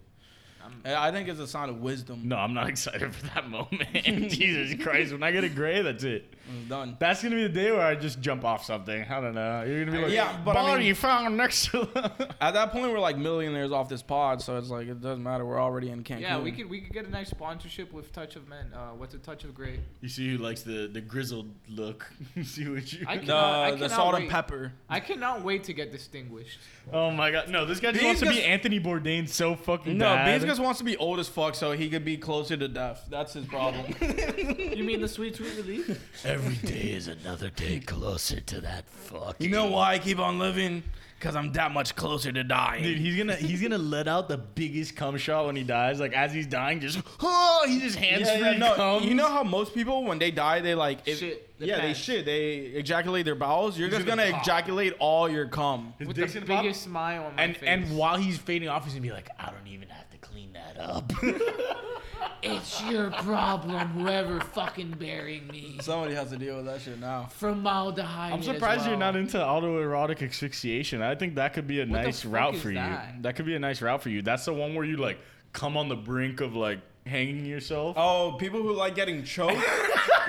And I think it's a sign of wisdom.
No, I'm not excited for that moment. Jesus Christ, when I get a gray, that's it.
It's done.
That's gonna be the day where I just jump off something. I don't know. You're gonna be like,
Yeah,
yeah,
but
but
I mean-
you found next to the-"
At that point, we're like millionaires off this pod, so it's like it doesn't matter. We're already in Cancun.
Yeah, we could we could get a nice sponsorship with Touch of Men. Uh, what's a Touch of Gray?
You see who likes the the grizzled look. You see what you.
I
The,
can- Nah, I
the
cannot
salt and
wait.
pepper.
I cannot wait to get distinguished.
oh my god, no! This guy just
Beans
wants to be
just-
Anthony Bourdain so fucking
No,
bad.
Beans just wants to be old as fuck, so he could be closer to death. That's his problem.
You mean the sweet sweet relief?
Every day is another day closer to that fucking.
you know why I keep on living? Because I'm that much closer to dying.
Dude, he's gonna he's gonna let out the biggest cum shot when he dies. Like as he's dying, just oh, he just hands
yeah,
free
yeah, no,
cum.
you know how most people when they die they like if-
Shit, they
yeah they
pass.
shit they ejaculate their bowels you're just
gonna
gonna,
pop.
ejaculate all your cum
His
With
dick's
the
gonna pop.
biggest smile on my
And
face.
and while he's fading off, he's gonna be like, I don't even have to clean that up.
It's your problem, whoever fucking burying me.
Somebody has to deal with that shit now.
Formaldehyde.
I'm
as
surprised you're
well.
not into autoerotic asphyxiation. I think that could be a
the
nice
fuck
route
is
for you.
that?
That could be a nice route for you. That's the one where you like come on the brink of like hanging yourself.
Oh, people who like getting choked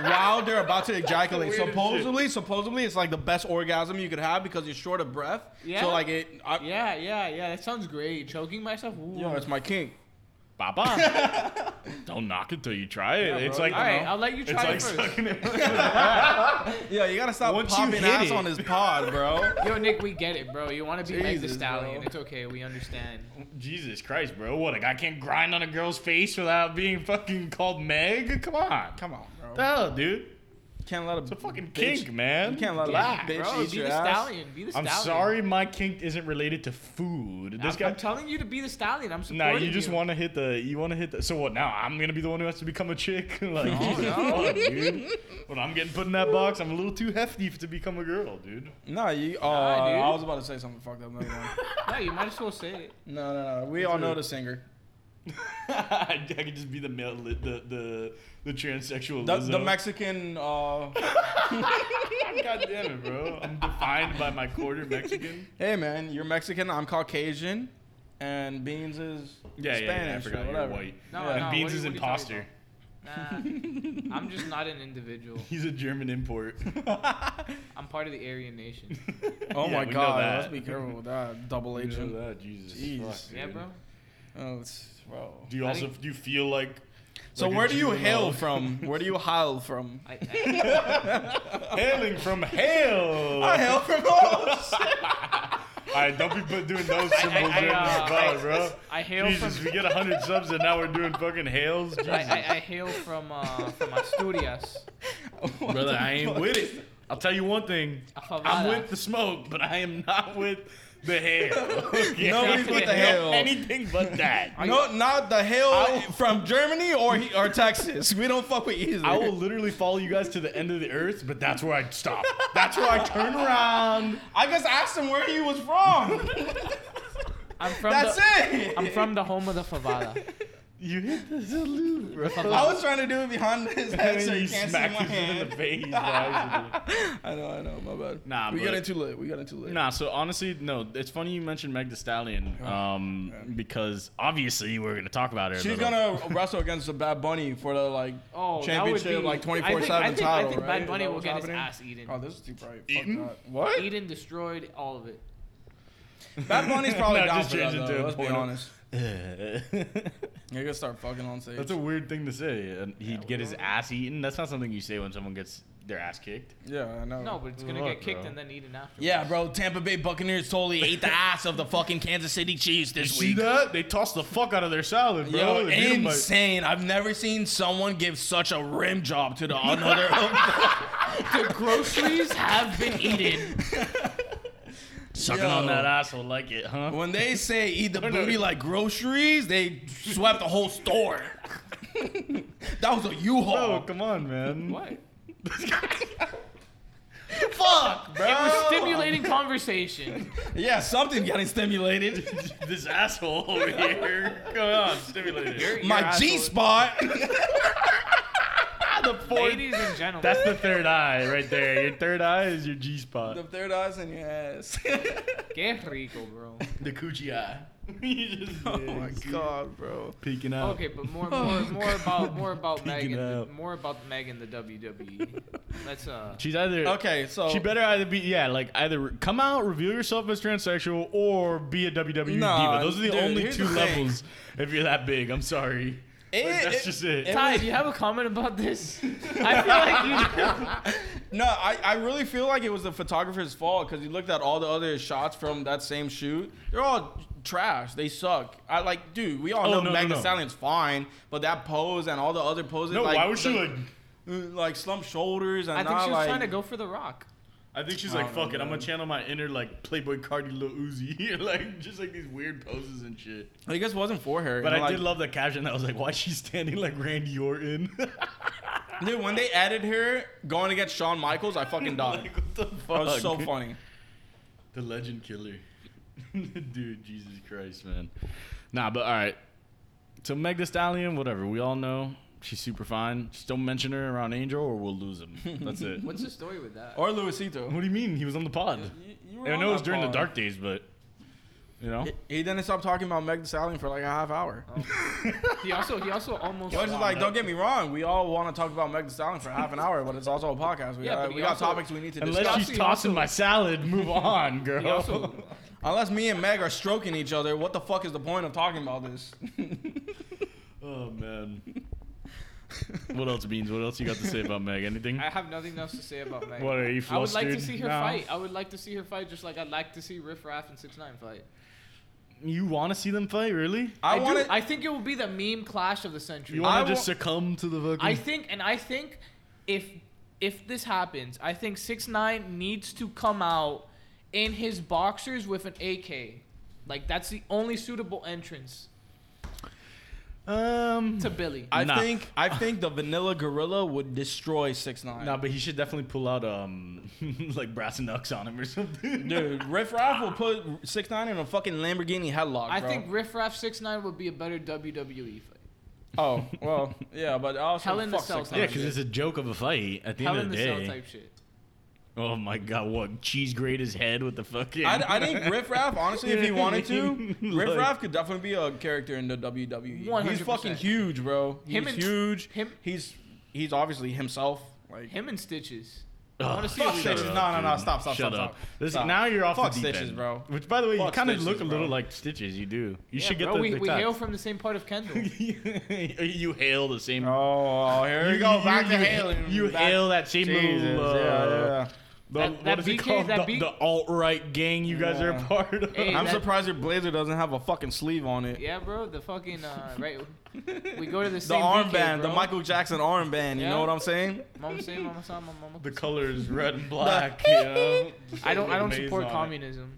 while they're about to ejaculate.
weirdest
Supposedly, supposedly, it's like the best orgasm you could have because you're short of breath.
Yeah.
So like it. I,
Yeah, yeah, yeah. That sounds great. Choking myself. Ooh.
Yo, it's my king.
Baba. Don't knock it till you try it. it's
bro.
like
All right, I'll let you
it's
try
like
it first.
sucking it.
Yeah, you gotta stop
Once you
popping
hit
ass
it.
on this pod, bro.
Yo, Nick, we get it, bro. You want to be Meg the
Jesus,
Stallion.
bro.
It's okay. We understand.
Jesus Christ, bro. What, a guy can't grind on a girl's face without being fucking called Meg? Come on.
Come on, bro.
Hell, dude.
Can't let a
It's a fucking
bitch-
kink, man.
You can't let a
Relax.
bitch
bro,
eat
be
your
the
ass.
Stallion. Be the
I'm
Stallion.
sorry my kink isn't related to food. This
I'm,
guy
I'm telling you to be the Stallion. I'm
Nah,
supporting
you just want to hit the. You want to hit the. So what? Now I'm gonna be the one who has to become a chick. like, fuck, dude. When I'm getting put in that box, I'm a little too hefty to become a girl, dude.
No, you. Oh,
Nah, dude.
I was about to say something fucked up. Never mind.
No, you might as well say it.
no, no, no. We all know the singer.
I could just be the male, the the the transsexual.
The,
Lizzo.
the Mexican. Uh,
God damn it, bro! I'm defined by my quarter Mexican.
hey, man, you're Mexican. I'm Caucasian, and Beans is
Yeah,
Spanish
yeah, yeah. I
or
forgot you're
whatever.
white.
No,
Yeah.
and
no, what
Beans
are you-
is
what are you talking
imposter.
Nah, I'm just not an individual.
He's a German import.
I'm part of the Aryan nation.
Oh
Yeah,
my
we know
god,
that.
let's be careful with that double
We know
agent.
that, Ah, Jesus.
Jeez.
fuck,
yeah,
dude.
bro.
Oh, it's, bro.
Do you
I
also
think-
do you feel like?
So
like a
where do you
juvenile?
hail from? Where do you hail from?
I, I,
Hailing from hell.
I hail from hoes.
Alright, don't be put doing those symbols
I-
during
uh,
this pod, bro.
I hail
Jesus,
from
we get 100 subs and now we're doing fucking hails. Jesus.
I, I, I hail from uh, from Asturias.
Brother, I ain't with it. I'll tell you one thing.
Afavada.
I'm with the smoke, but I am not with the hail. Okay?
Nobody's with the hail.
Anything but that.
No, not the hail from Germany or he- or Texas. We don't fuck with either.
I will literally follow you guys to the end of the earth, but that's where I stop. That's where I turn around.
I just asked him where he was from.
I'm from
That's
the,
it.
I'm from the home of the favada.
You hit the salute, bro.
I was trying to do it behind his head so
you
you can't see my
smacked us in the
hand.
face by accident.
I know, I know, my bad.
Nah,
we
but-
got into lit. We got into lit.
Nah, so honestly, no. It's funny you mentioned Meg The
Oh,
Stallion, um, because obviously we're gonna talk about her. a
She's
little.
gonna wrestle against the Bad Bunny for the like
Oh, that
championship,
would be,
like twenty
I
four
think- I
seven
think-
title.
I think
right? Is
Bad
that
Bunny will
what's
get
happening?
his ass eaten.
Oh, this is too bright.
Eaten?
Fuck that. What?
Eaten, destroyed, all of it.
Bad Bunny's probably
No,
down
just
for that.
change it
though,
to
Let's be
porno.
honest.
That's
You're gonna start fucking on stage.
a weird thing to say. and He'd get his ass eaten. That's not something you say when someone gets their ass kicked.
yeah, I know.
No, but it's gonna
Look,
get kicked
bro.
and then eaten after.
Oh, yeah, bro. Tampa Bay Buccaneers totally ate the ass of the fucking Kansas City Chiefs
You
this
see
week.
that? They toss the fuck out of their salad, bro.
Yo,
They beat 'em by-
insane! I've never seen someone give such a rim job to the another.
The groceries have been eaten.
Sucking
Yo.
on that asshole like it, huh?
when they say eat the booty like groceries, they swept the whole store. that was a
Bro,
U-Haul.
come on, man.
What?
Fuck, bro.
It was stimulating conversation.
Yeah, something getting stimulated.
this asshole over here. Come on, stimulate it.
My G spot.
the
Ladies and gentlemen.
That's the third eye right there. Your third eye is your G spot.
third eye's in your ass.
Que rico, bro.
The coochie eye. you just
oh my god, bro.
peeking
Oh.
out.
Okay, but more, more, more about more about
Peeking
Megan, the,
out.
more about Megan the WWE. E. Let's uh.
She's either
Okay, so
She better either be yeah, like either come out, reveal yourself as transsexual, or be a WWE
Nah,
diva. Those are the
dude,
only
here's
two
the thing.
levels. If you're that big, I'm sorry. But
It-
that's
it-
just it.
it-
Ty, do you have a comment about this? I feel like you.
no, I, I really feel like it was the photographer's fault because you looked at all the other shots from that same shoot. They're all trash. They suck. I like, dude. We all
Oh,
know
no, no,
Meg Thee
no.
Stallion's fine, but that pose and all the other poses.
no,
like,
why was she
the-
like?
uh, like slump shoulders and
I think
not
she was
like,
trying to go for the Rock.
I think she's
I
like,
don't know,
fuck it, I'm gonna
man.
channel my inner like Playboy Cardi Lil Uzi, like just like these weird poses and shit.
I guess it wasn't for her.
But
And,
I
like,
did love the caption that was like, why is she standing like Randy Orton?
Dude, when they added her going against Shawn Michaels, I fucking died.
like, what the fuck?
That was so funny.
The legend killer. Dude, Jesus Christ, man. Nah, but all right. So Meg Thee Stallion, whatever. We all know she's super fine. Just don't mention her around Angel, or we'll lose him. That's it.
What's the story with that?
Or Luisito.
What do you mean? He was on the pod.
You, you were
I
on
know it was
that
during the
pod.
dark days, but you know,
He, he didn't stop talking about Meg Thee Stallion for like a half hour.
He also he also almost.
It was just
lost-
like, don't get me wrong, we all want to talk about Meg Thee Stallion for half an hour, but it's also a podcast. We,
Yeah,
got,
but he
we got
also-
topics we need to discuss.
unless she's
also-
tossing my salad, move on, girl.
He also
Unless me and Meg are stroking each other, what the fuck is the point of talking about this?
Oh man. what else, Beans? What else you got to say about Meg? Anything?
I have nothing else to say about Meg.
What, are you
I would like to
flustered
see her
now?
fight. I would like to see her fight, just like I'd like to see Riff Raff and Six Nine fight.
You want to see them fight, really?
I,
do-
wanted.
I think it will be the meme clash of the century.
You want
I
to just
wa-
succumb to the fucking?
I think, and I think, if if this happens, I think Six Nine needs to come out in his boxers with an AK. Like that's the only suitable entrance
um.
to Billy.
I
Nah.
think I think the vanilla gorilla would destroy six nine.
Nah, but he should definitely pull out um like brass knucks on him or something.
Dude, Riff Raff will put six nine in a fucking Lamborghini headlock.
I
bro.
think Riff Raff Six Nine would be a better WWE fight.
Oh well, yeah, but also
Hell in the
fuck
Cell
6ix9ine.
Yeah, because it's a joke of a fight at the
Hell
end
in
of
the
the
Cell
day.
type shit.
Oh my god, what cheese grate his head with the fucking?
I, I think Riff Raff, honestly, if he wanted to, Riff
Like-
Raff could definitely be a character in the WWE. He's
100%.
fucking huge, bro. He's
Him and-
huge.
him-
He's he's obviously himself. Like
Him and Stitches.
Ugh,
wanna see
shut
what we
up,
got.
No, no, no,
dude.
stop, stop,
Shut
stop,
up.
stop.
This,
Stop.
Now you're off
Fuck
the deep
Stitches,
end.
bro.
Which, by the way, you
Fuck
kind of
Stitches,
look a little
bro.
like Stitches. You do. You should get
bro,
the
we,
the
we
tats.
hail from the same part of Kendall.
you hail the same.
oh, here we go, back to
you,
hailing.
You
Back-
hail that same
Jesus,
little. Uh,
yeah,
The,
That-
what
that
is it
BK
called?
that
the,
B-
alt right gang you guys are
Yeah.
a part of.
yeah.
Hey,
I'm
that-
surprised your blazer doesn't have a fucking sleeve on it.
Yeah, bro. The fucking uh, right. We go to the
The
same
armband,
BK,
the
bro.
Michael Jackson armband. You
Yeah.
know what I'm saying?
Mama say, mama saw, mama. mama
the
say.
color is red and black. you know?
I don't. I don't
Maze
support
on it.
communism.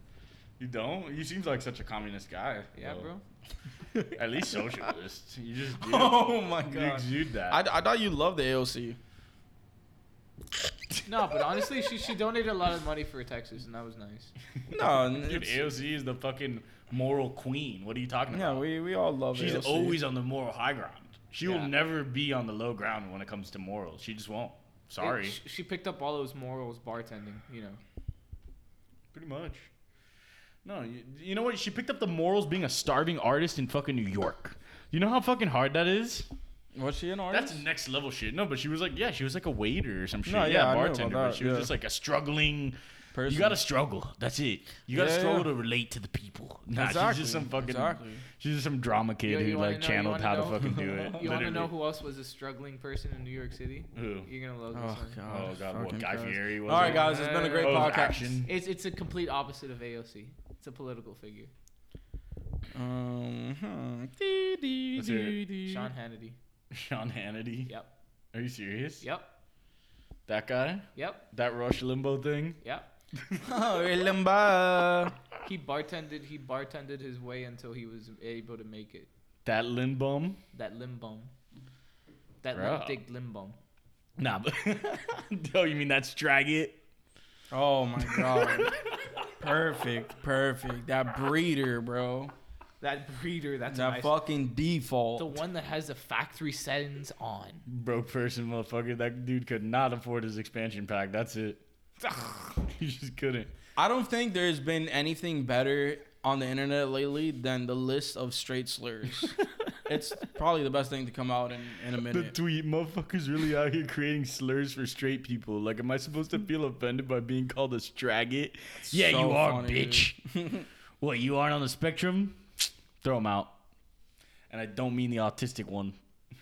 You don't? You seem like such a communist guy.
Yeah,
though.
bro.
At least socialist. You just do.
Oh my
you
god.
exude that.
I, I thought you loved the AOC.
No, but honestly, she she donated a lot of money for Texas, and that was nice.
No,
Dude,
it's-
AOC is the fucking moral queen. What are you talking
yeah,
about?
we, we all love
She's
AOC.
always on the moral high ground. She
Yeah.
will never be on the low ground when it comes to morals. She just won't. Sorry.
She, she picked up all those morals bartending. You know.
Pretty much. No, you, you know what? She picked up the morals being a starving artist in fucking New York. You know how fucking hard that is?
Was she an artist?
That's next level shit. No, but she was like, yeah, she was like a waiter or some shit.
No, yeah,
yeah,
I knew about
bartender.
that,
But she was
yeah.
just like a struggling.
Person.
You gotta struggle. That's it. You gotta
Yeah,
struggle
yeah.
to relate to the people. Nah, she's
Exactly,
just some fucking.
exactly.
She's just some drama kid
Yo, you
who
wanna
like
know- you
channeled
wanna
how
know?
to fucking do it.
You want to know
literally.
who else was a struggling person in New York City?
Who?
You're gonna love
Oh
this one.
god.
Oh god,
fucking
what Guy
Christ.
Fieri was.
All right,
it?
guys, it's been a great
Oh, it was
podcast.
action.
It's it's a complete opposite of AOC. It's a political figure.
Um, hmm.
Let's hear it.
Mm-hmm.
Sean Hannity.
Sean Hannity.
Yep.
Are you serious?
Yep.
That guy?
Yep.
That Rush Limbo thing?
Yep.
Oh, Limba.
He bartended. He bartended his way until he was able to make it.
That Limbum?
That limb bum. That
Bro.
limp dick limb bum.
Nah, but oh, you mean that's drag it?
Oh my god. perfect, perfect. That breeder, bro.
That breeder. That's a
That
nice-
fucking default.
The one that has the factory settings on.
Broke person, motherfucker. That dude could not afford his expansion pack. That's it. he just couldn't.
I don't think there's been anything better on the internet lately than the list of straight slurs. it's probably the best thing to come out in, in a
The
minute.
tweet, motherfuckers really out here creating slurs for straight people. Like, am I supposed to feel offended by being called a straggit? Yeah,
so
you are,
funny,
bitch. what, you aren't on the spectrum? Throw them out. And I don't mean the autistic one.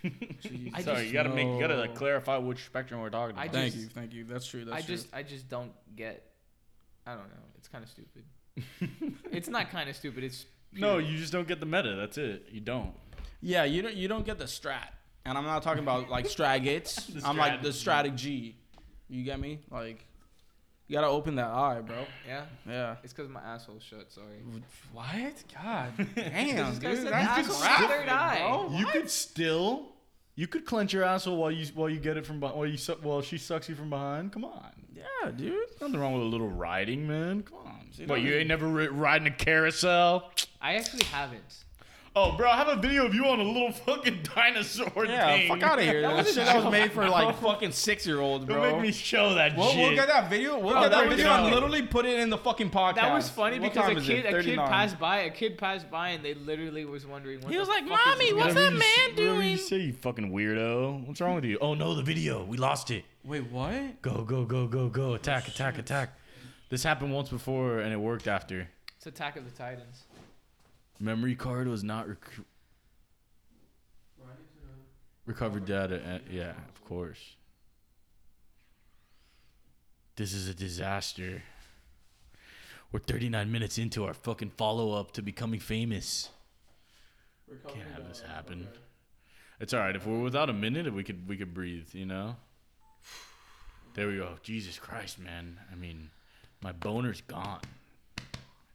I
Sorry,
just-
you gotta make, you gotta like,
No.
clarify which spectrum we're talking
I
about.
Thank
just-
you, thank you. That's true. That's
I
true.
just, I just don't get. I don't know. It's kind of stupid. it's not kind of stupid. It's
no, you just don't get the meta. That's it. You don't.
yeah, you don't you don't get the strat, and I'm not talking about like stragates.
The
I'm like the
strat.
strategy. You get me? Like, you gotta open that eye, bro.
yeah.
Yeah.
It's because my asshole's shut. Sorry.
What? God damn,
This guy
dude.
said
That's
the
just
asshole had
stupid,
third eye.
bro.
You could still, you could clench your asshole while you while you get it from behind. While you su- while she sucks you from behind. Come on,
Yeah, dude.
nothing wrong with a little riding, man. Come on.
See,
What
that-
you ain't never ri- riding a carousel?
I actually haven't.
Oh, bro, I have a video of you on a little fucking dinosaur
Yeah,
thing.
fuck out of here. That,
was a
shit that was
joke.
made for like fucking six year olds,
Don't
bro.
make me show that
We'll,
shit.
we'll get that video. We'll
Oh,
get that
that
video
was-
and literally put it in the fucking podcast.
That was funny
What
because
time
a
is
kid,
it?
a kid
39.
passed by, a kid passed by, and they literally was wondering. What
He
the
was like,
fuck is
"Mommy,
this
what's
guy-"
that man
Whatever
doing?
you say, you fucking weirdo. What's wrong with you? Oh no, the video. We lost it.
Wait, what?
Go, go, go, go, go. Attack, attack, attack. This happened once before and it worked after.
It's Attack of the Titans.
Memory card was not rec- recovered data. uh, yeah, of course. This is a disaster. We're 39 minutes into our fucking follow up to becoming famous. Can't have this happen. It's all right if we're without a minute. If we could, we could breathe. You know. There we go. Jesus Christ, man. I mean, my boner's gone,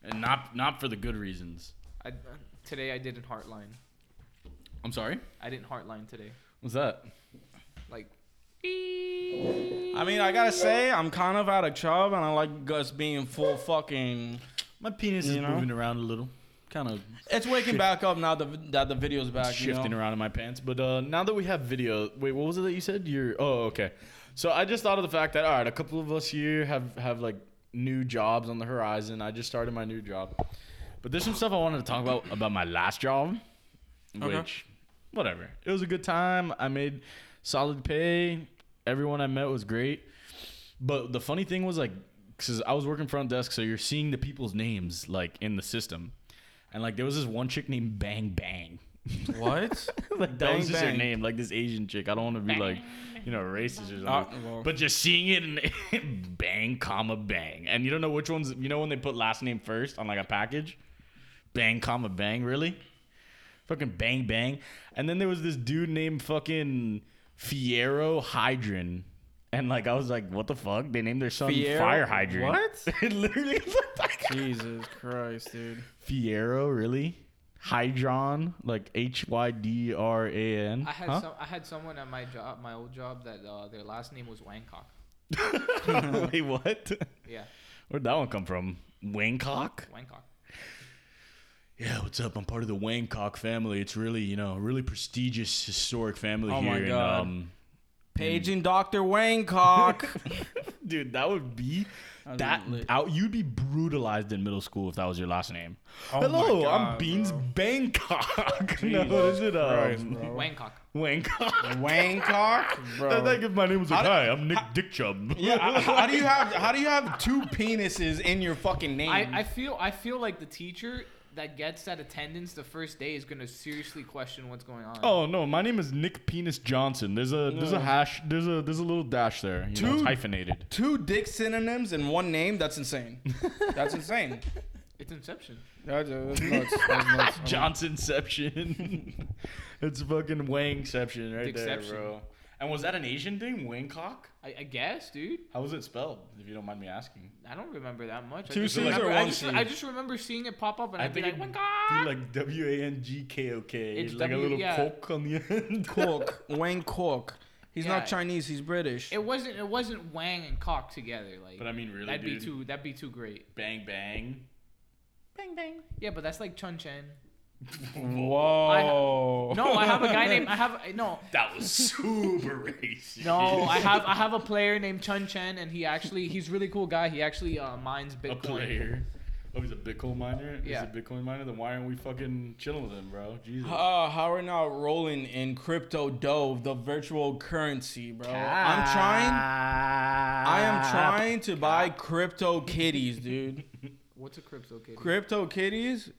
and not not for the good reasons.
I, today I didn't heartline.
I'm sorry.
I didn't heartline today.
What's that?
Like
I mean, I gotta say, I'm kind of out of chub, and I like us being full fucking.
My penis
You
is
know?
moving around a little, kind of
It's waking back up now that that the video's back.
shifting
you know?
around in my pants. But uh, now that we have video, wait, what was it that you said? You're oh okay. So I just thought of the fact that all right, a couple of us here have have like new jobs on the horizon. I just started my new job, but there's some stuff I wanted to talk about about my last job,
Okay.
which whatever. It was a good time. I made solid pay. Everyone I met was great. But the funny thing was like, because I was working front desk, so you're seeing the people's names like in the system, and like there was this one chick named Bang Bang.
What?
like that
Bang
was just her
Bang.
name, like this Asian chick. I don't want to be like, you know, racist or something.
Ah, well.
Uh, But just seeing it in bang, comma bang, and you don't know which ones. You know when they put last name first on like a package, bang, comma bang, really, fucking bang bang. And then there was this dude named fucking Fiero Hydron. And like I was like, what the fuck? They named their son
Fiero-
Fire Hydrant.
What?
it literally looked like
Jesus Christ, dude.
Fiero, really? Hydron, like H Y D R A N.
I had
huh?
some, I had someone at my job, my old job, that uh, their last name was Wangcock.
Wait, what?
Yeah,
Where'd that one come from? Wangcock?
Wangcock.
Yeah, what's up? I'm part of the Wangcock family. It's really, you know, a really prestigious historic family
Oh
here.
my
and,
God.
um,
Paging Doctor Wangcock.
dude, that would be
would
that
be lit.
out. You'd be brutalized in middle school if that was your last name.
Oh my
Hello, I'm
God,
Beans Bangcock. no, what is it?
Oh.
Um,
Wangcock.
Wangcock.
Wangcock, bro.
I think if my name was like,
do-
hi, I'm Nick Dick Chubb.
yeah. h- How do you have How do you have two penises in your fucking name?
I, I feel I feel like the teacher that gets that attendance the first day is gonna seriously question what's going on.
Oh no, my name is Nick Penis Johnson. There's a there's a hash there's a there's a little dash there. You know, it's
Dude.
hyphenated.
two dick synonyms in one name. That's insane. That's insane.
it's Inception.
That's, that's nuts. That's nuts.
Johnsonception. it's fucking Wangception right
Dickception.
there, bro. And was that an Asian thing? Wangcock?
I, I guess, dude.
How was it spelled? If you don't mind me asking.
I don't remember that much.
Two
I just
C's or
remember, I
one
just,
C?
I just remember seeing it pop up, and I'd be like, "Oh
it'd
Wangcock.
like W A N G K O K.
It's
like a
W- E
little
yeah.
coke on the end.
Cork. Wang Cork. He's
Yeah.
not Chinese. He's British.
It wasn't it wasn't Wang and cock together. Like,
But I mean, really,
that'd
dude.
be too that'd be too great.
Bang bang.
Yeah, but that's like Chun Chen.
Whoa.
No, I have a guy named I have no
That was super racist.
no I have I have a player named Chun Chen, and he actually he's a really cool guy. He actually uh, mines Bitcoin.
a player. Oh, he's a Bitcoin miner.
Yeah.
He's a Bitcoin miner. Then why aren't we fucking chilling with him, bro? Jesus.
Uh, how we're now rolling in crypto dove, the virtual currency, bro. I'm trying. I am trying to buy crypto kitties, dude.
What's a crypto kitty?
crypto kitties.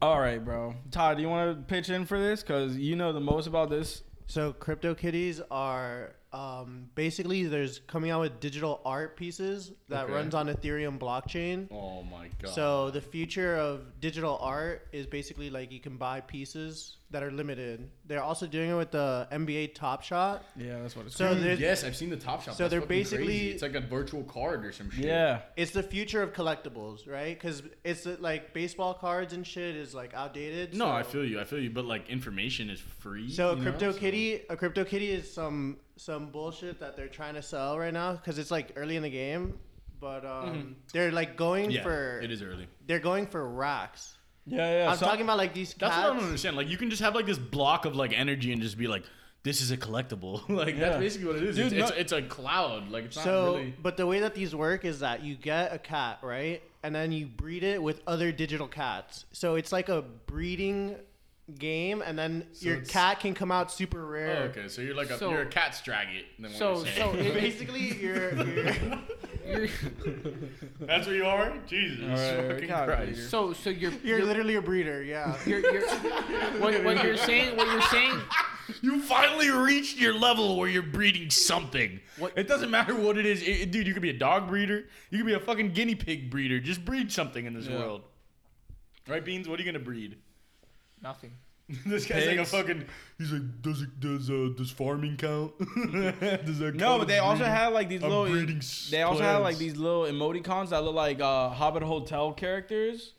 All right, bro. Todd, do you want to pitch in for this? Cause you know the most about this.
So CryptoKitties are um, basically there's coming out with digital art pieces that
Okay.
runs on Ethereum blockchain.
Oh my god.
So the future of digital art is basically like you can buy pieces that are limited. They're also doing it with the NBA Top Shot.
Yeah, that's what it's
So there's
yes, I've seen the Top Shop.
So
That's
they're
fucking crazy.
basically-
it's like a virtual card or some shit.
Yeah.
it's the future of collectibles, right? Because it's uh, like baseball cards and shit is like outdated.
No,
so.
I feel you. I feel you. But like information is free.
So a
you know?
crypto kitty, a crypto kitty is some some bullshit that they're trying to sell right now because it's like early in the game, but um, they're like going
Mm-hmm. Yeah,
for
it is early.
they're going for racks.
Yeah, yeah.
I'm talking about like these
That's
cats.
what I don't understand. Like you can just have like this block of like energy and just be like, this is a collectible. like that's
Yeah.
basically what it is.
Dude,
it's,
no-
it's, it's a cloud. Like it's
So,
not really.
but the way that these work is that you get a cat, right? And then you breed it with other digital cats. So it's like a breeding game, and then your
it's-
cat can come out super
Oh,
rare.
okay, so you're like a,
So-
you're a cat straggit. Then what
So
you're
so
saying.
it, it,
Basically, you're, you're
you're,
that's what you are. Jesus
right,
fucking
God,
Christ.
Peter.
so so you're
you're
you're,
literally a breeder, yeah.
you're, you're what, what you're saying what you're saying
You finally reached your level where you're breeding something. It doesn't matter what it is, It- it- dude. You could be a dog breeder. You could be a fucking guinea pig breeder. Just breed something in this
Yeah.
world, right, Beans? What are you gonna breed?
nothing.
this guy's like a
Pigs.
fucking. He's like, does it does uh does farming count? does that
No, but they also
Mm-hmm.
have
had like these
I'm
little.
breeding
They also had like
plants.
these little emoticons that look like uh, Hobbit Hotel characters,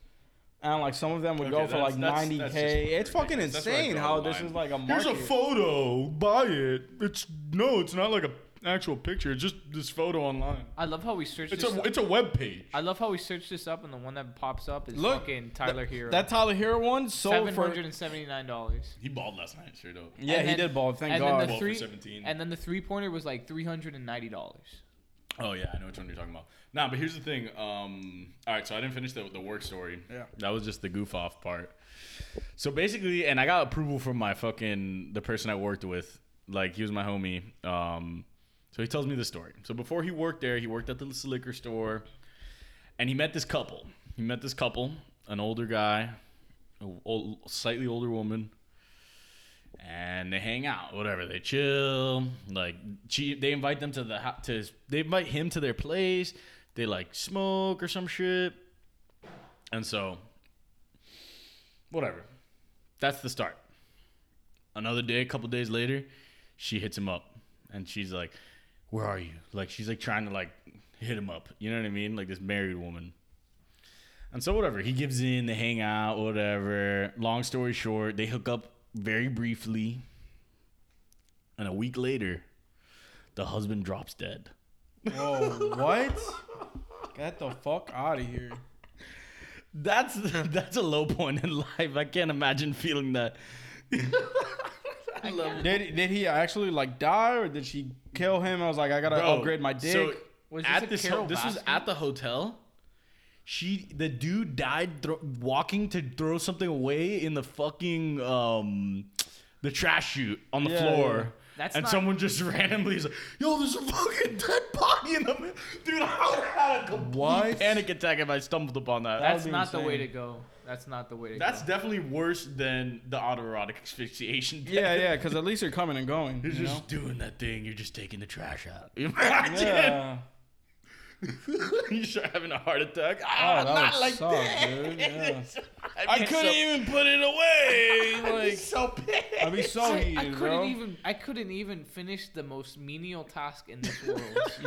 and like some of them would
Okay,
go for
that's-
like
that's-
ninety
that's just
k. It's fucking
ridiculous. That's where I
insane
draw
how
the
this
line.
is like a
Here's
market.
a photo. Buy it. It's no, it's not like a actual picture. It's just this photo online.
I love how we search
It's
this.
a
up.
it's a web page.
I love how we search this up and the one that pops up is
Look,
fucking Tyler Hero.
That Tyler Hero one sold
seven
for.
hundred and seventy nine dollars.
He balled last night, sure though.
Yeah,
and
he
then-
did ball. Thank
and then
God.
the
Ball for
three,
17.
and then the three pointer was like three hundred and ninety dollars.
Oh yeah, I know which one you're talking about. Nah, but here's the thing. Um, all right, so I didn't finish the, the work story.
Yeah.
that was just the goof off part. So basically, and I got approval from my fucking the person I worked with. Like he was my homie. Um, so he tells me the story. So before he worked there, he worked at this liquor store, and he met this couple. He met this couple, an older guy, a ol- slightly older woman, and they hang out, whatever. They chill, like she, they invite them to the ho- to his- they invite him to their place. They like smoke or some shit, and so whatever. That's the start. Another day, a couple days later, she hits him up, and she's like, "Where are you?" Like she's like trying to like hit him up. You know what I mean? Like this married woman. And so whatever, he gives in, they hang out, whatever. Long story short, they hook up very briefly. And a week later, the husband drops dead.
Whoa, what? Get the fuck out of here.
That's that's a low point in life. I can't imagine feeling that.
Did, did he actually like die or did she kill him? I was like, I gotta
Bro,
Oh, upgrade my dick.
So
Was this
at
a
this, ho-
Carol
this was
Baskin?
at the hotel. She the dude died thro- walking to throw something away in the fucking um the trash chute on the
Yeah,
floor.
yeah.
That's
and
not-
someone just randomly is like, "Yo, there's a fucking dead body in the mi-" dude." I would have had a complete
What?
panic attack if I stumbled upon that.
That's
be
not the way to
insane.
go. That's not the way to
That's
go.
definitely worse than the autoerotic asphyxiation. death.
yeah, yeah, because at least you're coming and going.
You're
you know?
just doing that thing. You're just taking the trash out. Imagine.
yeah.
you start having a heart attack.
Oh,
Ah,
that
not
would
like
suck,
that.
dude. Yeah.
I'd be so-
even put it away.
I'd be so pissed.
I'd be so
I,
heated,
I couldn't
bro.
even. I couldn't even finish the most menial task in this world.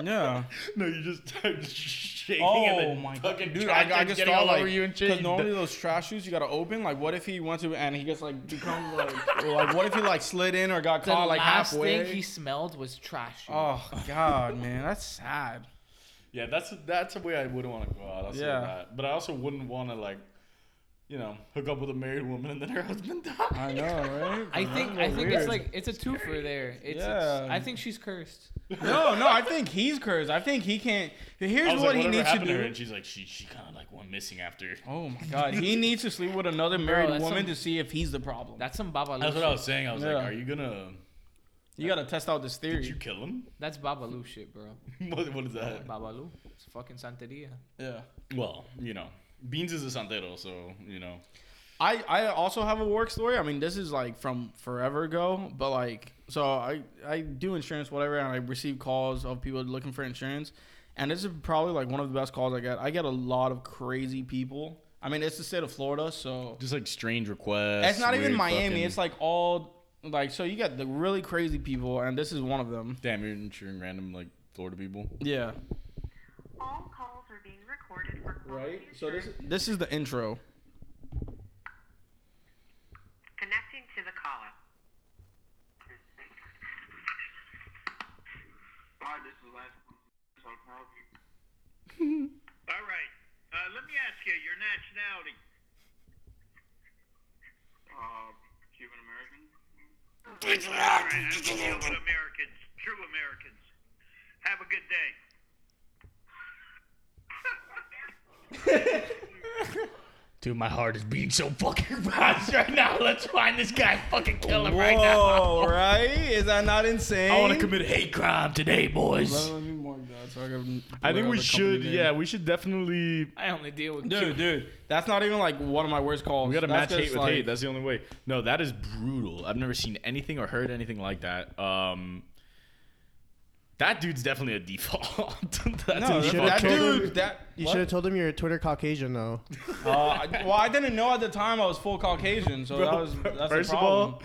Yeah.
No, you just start shaking and
Oh
then
my god,
fucking
dude!
trash
I, I
keeps
just
getting
thought
all
like,
over you and shit.
because normally those trash chutes you gotta open. Like, what if he went to and he gets like become like, like what if he like slid in or got
the
caught like
last
halfway?
thing he smelled was trash.
oh god, man, that's sad.
yeah, that's that's a way I wouldn't want to go out. I'll say
Yeah.
that. But I also wouldn't want to like, you know, hook up with a married woman and then her husband die.
I know, right?
I think. I think it's like it's a twofer there. It's,
Yeah.
it's. I think she's cursed.
no, no. I think he's cursed. I think he can't. Here's
I was
what
like,
he
whatever
needs to
happened
do.
her? And she's like, she she kind of like went missing after.
Oh my god, he needs to sleep with another married
that's
woman
some-
to see if he's the problem.
That's some Baba Lu.
That's what I was saying. I was
Yeah.
like, are you gonna
you gotta test out this
did
theory.
you kill him?
That's Baba Lu shit, bro.
what, what is that?
Baba Lu. It's fucking Santeria.
yeah.
Well, you know, Beans is a santero, so you know.
I, I also have a work story. I mean, this is like from forever ago, but like, so I, I do insurance, whatever, and I receive calls of people looking for insurance. And this is probably like one of the best calls I get. I get a lot of crazy people. I mean, it's the state of Florida, so
Just like strange requests.
it's not even
weird
Miami.
fucking-
It's like all, like, so you get the really crazy people, and this is one of them.
damn, you're insuring random like Florida people.
Yeah.
All calls are being recorded for quality assurance.
this is the intro.
Connecting to the caller.
Hi, this is Lance. So can I help you? All right. Uh, let me ask you your nationality. Um, Cuban American. Americans, true Americans. Have a good day.
Dude, my heart is beating so fucking fast right now. Let's find this guy and fucking kill him right
Whoa,
now.
right? Is that not insane?
I want to commit a hate crime today, boys.
Let me mark that so I can
I think
whatever
we
company
should.
name.
Yeah, we should definitely.
I only deal with
Dude, dude, that's not even like one of my worst calls.
We gotta
That's
match hate
just,
with
like-
hate. That's the only way. No, that is brutal. I've never seen anything or heard anything like that. Um, that dude's definitely a default. That's
no,
a
that,
should've
default.
that
told him-
dude, that
You
what?
should have told him you're a Twitter Caucasian though.
Uh, I- well, I didn't know at the time I was full Caucasian, so that was that's
First
a
of
problem.
all,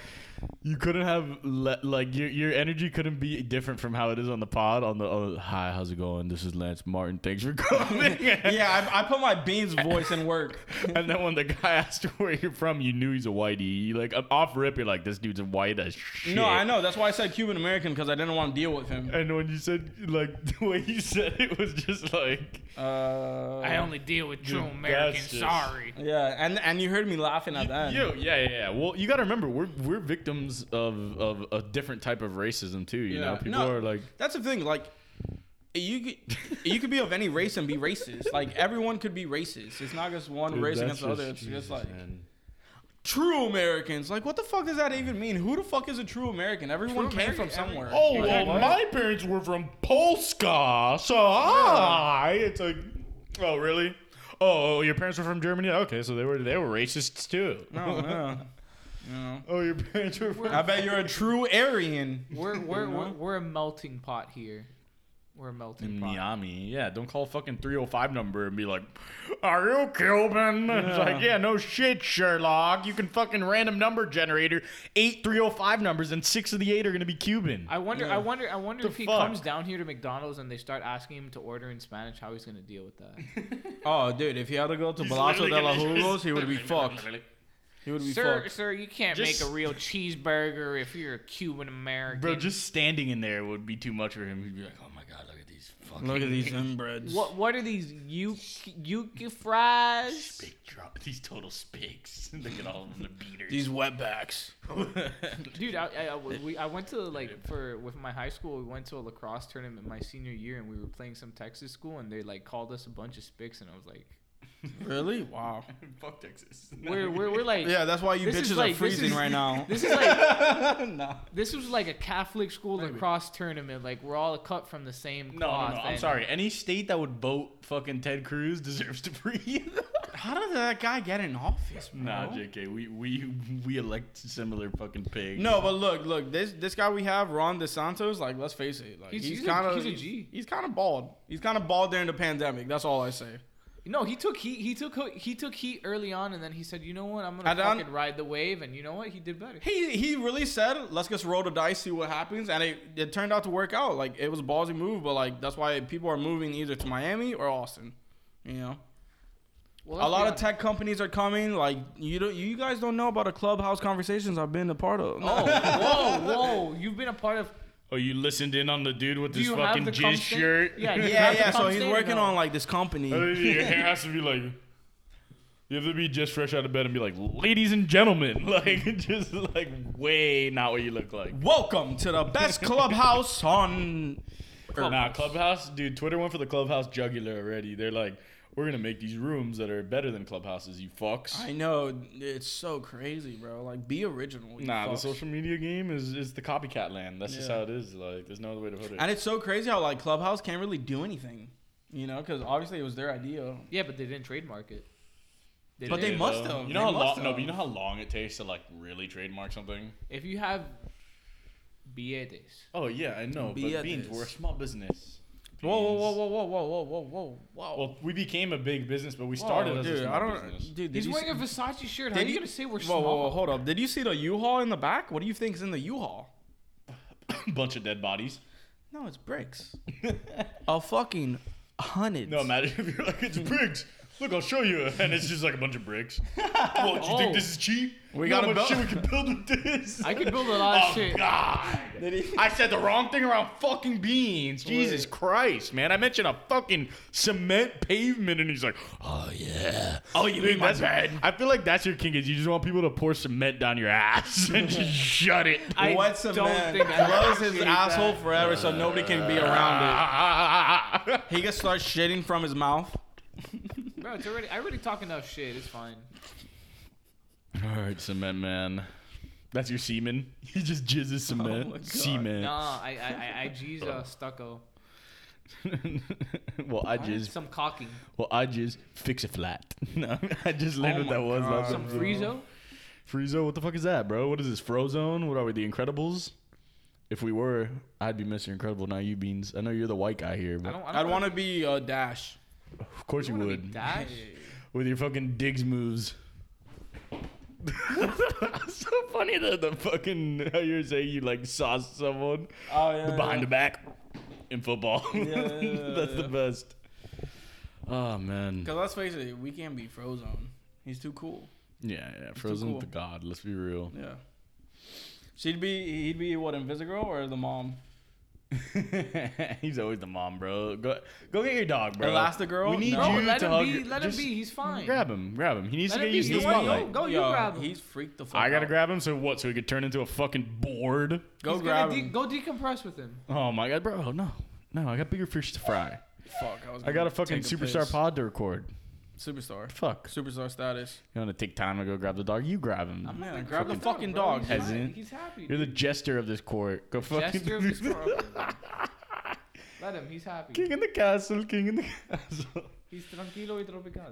you couldn't have le- like your your energy couldn't be different from how it is on the pod. On the oh, hi, how's it going? This is Lance Martin. Thanks for coming.
yeah, I, I put my beans voice in work.
And then when the guy asked where you're from, you knew he's a whitey. You, like off rip, you're like, this dude's a white as shit.
No, I know. That's why I said Cuban American because I didn't want to deal with him.
And when you said like the way you said it was just like
Uh,
I only deal with true
Dude, that's
Americans.
just-
Sorry.
yeah, and and you heard me laughing at that.
Yo, yeah, yeah, yeah. Well, you got to remember, we're we're victims of of a different type of racism too. You
Yeah.
know, people
No.
are like,
That's the thing. Like, you could, you could be of any race and be racist. Like everyone could be racist. It's not just one race
that's
against the other.
just-
It's
Jesus,
just like
man.
true Americans. Like what the fuck does that even mean? Who the fuck is a true American? Everyone came from somewhere.
Oh, well, my parents were from Polska, so I. It's like, oh, really? Oh, your parents were from Germany. Okay, so they were they were racists too.
No, no, no.
Oh, your parents were from.
I bet you're a true Aryan.
We're we're, we're we're a melting pot here. We're a melting pot.
Miami, Mm, yeah. Don't call a fucking 305 number and be like, "Are you Cuban?" It's like, yeah, no shit, Sherlock. You can fucking random number generator eight 305 numbers, and six of the eight are gonna be Cuban.
I wonder. I wonder. I wonder
The
if he
fuck?
comes down here to McDonald's and they start asking him to order in Spanish, how he's gonna deal with that.
Oh, dude, if he had to go to
He's
Palazzo de
literally
los
gonna-
Jugos, he would be fucked. He would be
sir,
fucked.
sir, you can't
Just-
make a real cheeseburger if you're a Cuban American.
Bro, just standing in there would be too much for him. He'd be like, "Oh my god, look at these fucking
Look at these inbreds.
what what are these you yuki fries?
Big drop. These total spigs. Look at all of them, the beaters.
These wetbacks.
Dude, I, I, I- we, I went to like for with my high school. We went to a lacrosse tournament my senior year, and we were playing some Texas school, and they like called us a bunch of spics, and I was like,
Really? Wow.
Fuck Texas.
we're we're, we're like,
Yeah, that's why you
This is
bitches
like-
are
this
freezing
is-
right now.
this is like
nah.
this was like a Catholic school lacrosse tournament. Like we're all cut from the
No,
same
no,
cloth.
no. I'm
and-
sorry. Any state that would vote fucking Ted Cruz deserves to breathe.
How did that guy get in office, bro?
nah, JK. We we we elect similar fucking pigs.
No, but look, look, this this guy we have, Ron DeSantos, like let's face it, like
He's-
he's,
he's a-
kind of
he's a G.
he's kind of bald. He's kind of bald during the pandemic. That's all I say.
No, he took heat. He took he took heat early on, and then he said, "You know what? I'm gonna
I don't-
fucking ride the wave." And you know what? He did better.
He he really said, let's just roll the dice, see what happens, and it, it turned out to work out. Like it was a ballsy move, but like that's why people are moving either to Miami or Austin. You know,
Well,
a
let's
lot
be
of tech companies are coming. Like you don't, you guys don't know about the clubhouse conversations I've been a part of.
honest. Oh, whoa, whoa! You've been a part of.
Oh, you listened in on the dude with
Do
his
you have
fucking
the
jizz
cum stain?
shirt. Oh,
Yeah, you
yeah,
have the
yeah. So
cum
he's
stain or
working
no?
on like this company.
Your hair has to be like. You have to be just fresh out of bed and be like, ladies and gentlemen, like just like way not what you look like.
Welcome to the best clubhouse on.
Nah, Clubhouse, dude. Twitter went for the Clubhouse jugular already. They're like, we're gonna make these rooms that are better than Clubhouses. You fucks.
I know it's so crazy, bro. Like be original. you
nah, the
fucks.
social media game is is the copycat land. That's just
Yeah.
how it is. Like, there's no other way to put it.
And it's so crazy how like clubhouse can't really do anything. You know, because obviously it was their idea.
Yeah, but they didn't trademark it.
But they
didn't.
must
though.
have.
You know how
They must
long? No,
have.
but you know how long it takes to like really trademark something.
If you have billetes,
Oh yeah, I know.
Be
but
at
beans,
this.
we're a small business.
Whoa, whoa,
Beans.
whoa, whoa, whoa, whoa, whoa, whoa, whoa, whoa.
Well, we became a big business, but we started as a
Oh, dude.
small
I don't,
business.
dude. Did
he's
you
wearing a
see,
Versace shirt. How
did
are you gonna say we're
whoa,
small?
Whoa, whoa, hold up. Did you see the U-Haul in the back? What do you think is in the U-Haul?
Bunch of dead bodies.
No, it's bricks. a fucking hundred.
No, imagine if you're like it's bricks. Look, I'll show you. And it's just like a bunch of bricks. What, you think
Oh.
this is cheap? We
got
got
a
much
bel-
shit we can build with this.
I could build a lot of
oh,
shit.
God.
he-
I said the wrong thing around fucking beans. Jesus Christ, man. I mentioned a fucking cement pavement, and he's like, oh, yeah. Oh, you mean that's bad? I feel like that's your king is you just want people to pour cement down your ass and just shut it.
I
What's a
don't
man?
think I
Blows his
appreciate
asshole
that.
forever so nobody can be around it. He can start shitting from his mouth.
Bro, it's already. I already talk enough shit. It's fine.
All right, cement man. That's your semen. He just jizzes cement. semen.
Nah, I I I, I G's uh, stucco.
well, I jizz.
Some caulking.
Well, I jizz. Fix it flat. No, I just learned
Oh
what that
my
was. last
Some
episode.
Friezo.
Friezo, what the fuck is that, bro? What is this? Frozone? What are we? The Incredibles? If we were, I'd be Mr. Incredible, not you, Beans. I know you're the white guy here,
I
but
don't. I
I'd
don't
want to be uh, Dash.
of course you,
wanna be
would.
Dash.
With your fucking digs moves. so funny that the fucking how you're saying you like sauce someone
Oh yeah.
the behind the back in football.
yeah, yeah,
That's the
yeah.
best. Oh man.
Cause let's face it, we can't be Frozone. He's too cool.
Yeah, yeah. Frozen
cool.
the god. Let's be real.
Yeah. She'd be. He'd be what Invisigirl or the mom.
He's always the mom, bro. Go, go get your dog, bro.
Elastigirl?
We need
No.
Bro,
you
let
to
him
hug
be.
your-
Let him
just
be. He's fine.
Grab him, grab him. He needs
Let
to get
him be.
used to the
He's fine.
spotlight.
Yo, go, you
Yo,
grab him.
He's freaked the fuck.
I gotta
out.
grab him. So what? So he could turn into a fucking board.
Go
He's
grab
gonna de-
him.
go decompress with him.
Oh my god, bro. No, no. I got bigger fish to fry.
Fuck. I was.
I got
gonna
a fucking
take
superstar
piss.
pod to record.
Superstar.
Fuck.
Superstar status.
You wanna take time to go grab the dog? You grab him.
Yeah, grab the fucking
Bro,
dog.
he's
As
fine.
in-
He's happy.
You're the
dude.
jester of this court. Go fucking.
Jester of his corporate. Let him. He's happy.
king in the castle. King in the castle.
He's tranquilo y tropical,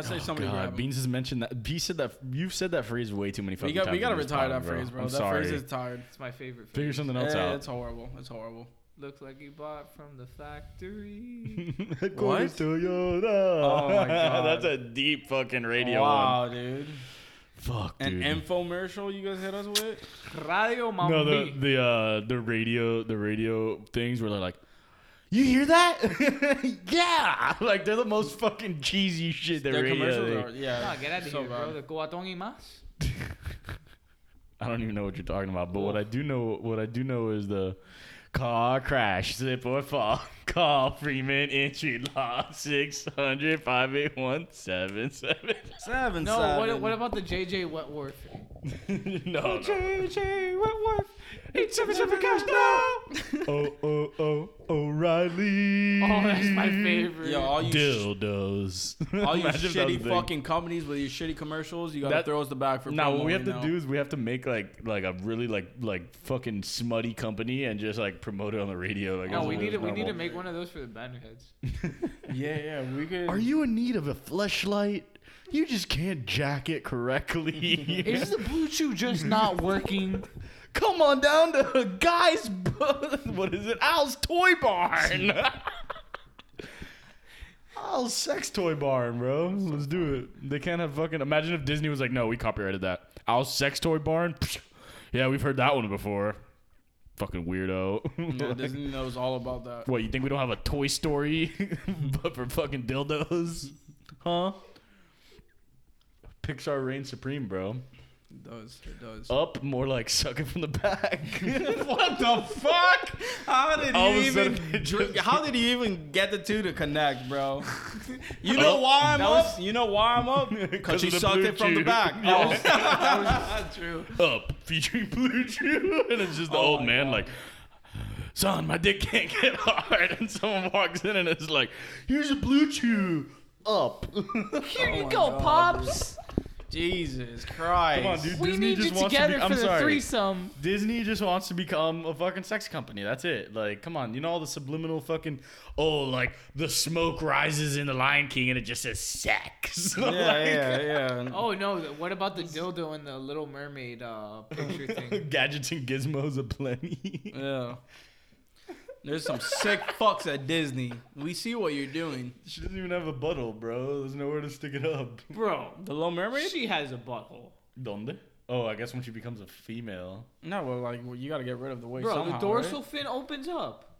I say somebody grab
Oh, God,
him.
Beans has mentioned that. Beans said that. You've said that phrase way too many
we
fucking
got.
times.
We gotta
on this
retire
pod,
that phrase, bro.
I'm
that
sorry.
phrase is tired.
It's my favorite.
Figure
phrase.
something else
Yeah,
out.
it's horrible. It's horrible.
Looks like he bought from the factory.
Headquarters Toyota.
Oh my God.
That's a deep fucking radio one.
wow, dude.
Fuck,
An
dude.
infomercial you guys hit us with?
Radio Mamma
no, the
Mia.
the uh, the radio the radio things where they're like, you hear that? yeah, like they're the most fucking cheesy shit. The
Their commercials
radio.
are, yeah.
Nah, Ah, get out of
so
here, bro.
bad.
The coatón y más.
I don't even know what you're talking about, but what I do know, what I do know is the car crash, zip or fall. Call Freeman entry law 600 581
Seven,
No, what,
seven.
what about the JJ Wetworth?
No, no.
JJ Wentworth? Eight seven seven cash now.
Oh, oh, oh, O'Reilly.
Oh, that's my favorite.
Yo, all you, sh-
Dildos.
all you
Imagine if that was a
shitty
thing.
fucking companies with your shitty commercials, you gotta
That-
throw us the bag for.
No,
promo,
what we have
you
to
know?
do is we have to make like like a really like like fucking smutty company and just like promote it on the radio. Like,
no,
as
we
it
need
is
to we need to
normal.
make one of those for the bannerheads.
Yeah, yeah, we could.
Are you in need of a fleshlight? You just can't jack it correctly.
Is the Bluetooth just not working?
Come on down to a guy's what is it? Al's toy barn. Al's sex toy barn, bro. Let's do it. They can't have fucking. Imagine if Disney was like, no, we copyrighted that. Al's sex toy barn. Psh, Yeah, we've heard that one before. Fucking weirdo.
Yeah,
Like,
Disney knows all about that.
what you think we don't have a Toy Story, but for fucking dildos, huh? Pixar reigns supreme, bro.
It does. It does.
Up, more like suck it from the back.
What the fuck? How did
All of
you
a
even
sudden it
drink?
just-
How did you even get the two to connect, bro? You know
Oh,
why I'm
that
up.
was-
you know why I'm up.
'Cause
Because
of
she
the
sucked
blue
it from the
chew.
back.
Yeah.
Oh,
True.
Up, featuring Blue Chew, and it's just the old man like, son, my dick can't get hard, and someone walks in and it's like, here's a Blue Chew. Up.
Here you go,
my God,
Pops.
Jesus Christ!
Come on, dude.
We
Disney
need you
just wants to
together
be-
for
I'm
the
sorry.
threesome.
Disney just wants to become a fucking sex company. That's it. Like, come on. You know all the subliminal fucking oh, like the smoke rises in the Lion King and it just says sex.
Yeah, yeah, yeah.
Oh no, th- what about the dildo and the Little Mermaid uh, picture thing?
Gadgets and gizmos aplenty.
Yeah. There's some sick fucks at Disney. We see what you're doing.
she doesn't even have a butthole, bro. There's nowhere to stick it up.
Bro,
The Little Mermaid?
she has a butthole.
Donde? Oh, I guess when she becomes a female.
No, well, like well, you gotta get rid of the waist
Bro,
somehow.
the dorsal fin opens up.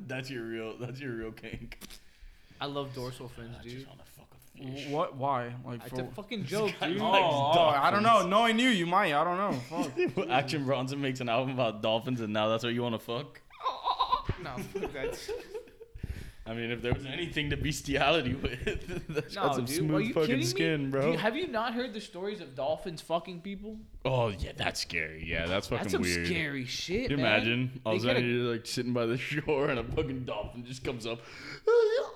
That's your real that's your real kink.
I love dorsal fins, dude.
want to fuck a
Wh- What? Why? Like
It's
for?
a fucking joke, dude.
oh, oh, I don't know. Knowing you, you might. I don't know. Fuck.
Well, Action Bronson makes an album about dolphins, and now that's what you want to fuck.
No, that's
I mean, if there was anything to bestiality with, that's
no,
some
dude. Are
smooth
you
fucking
kidding me?
skin, bro.
Do you- have you not heard the stories of dolphins fucking people?
oh yeah, that's scary. Yeah, that's fucking
That's some
weird.
scary shit.
Can you
man.
imagine? All of a
They get
sudden,
a-
you're like sitting by the shore, and a fucking dolphin just comes up, trying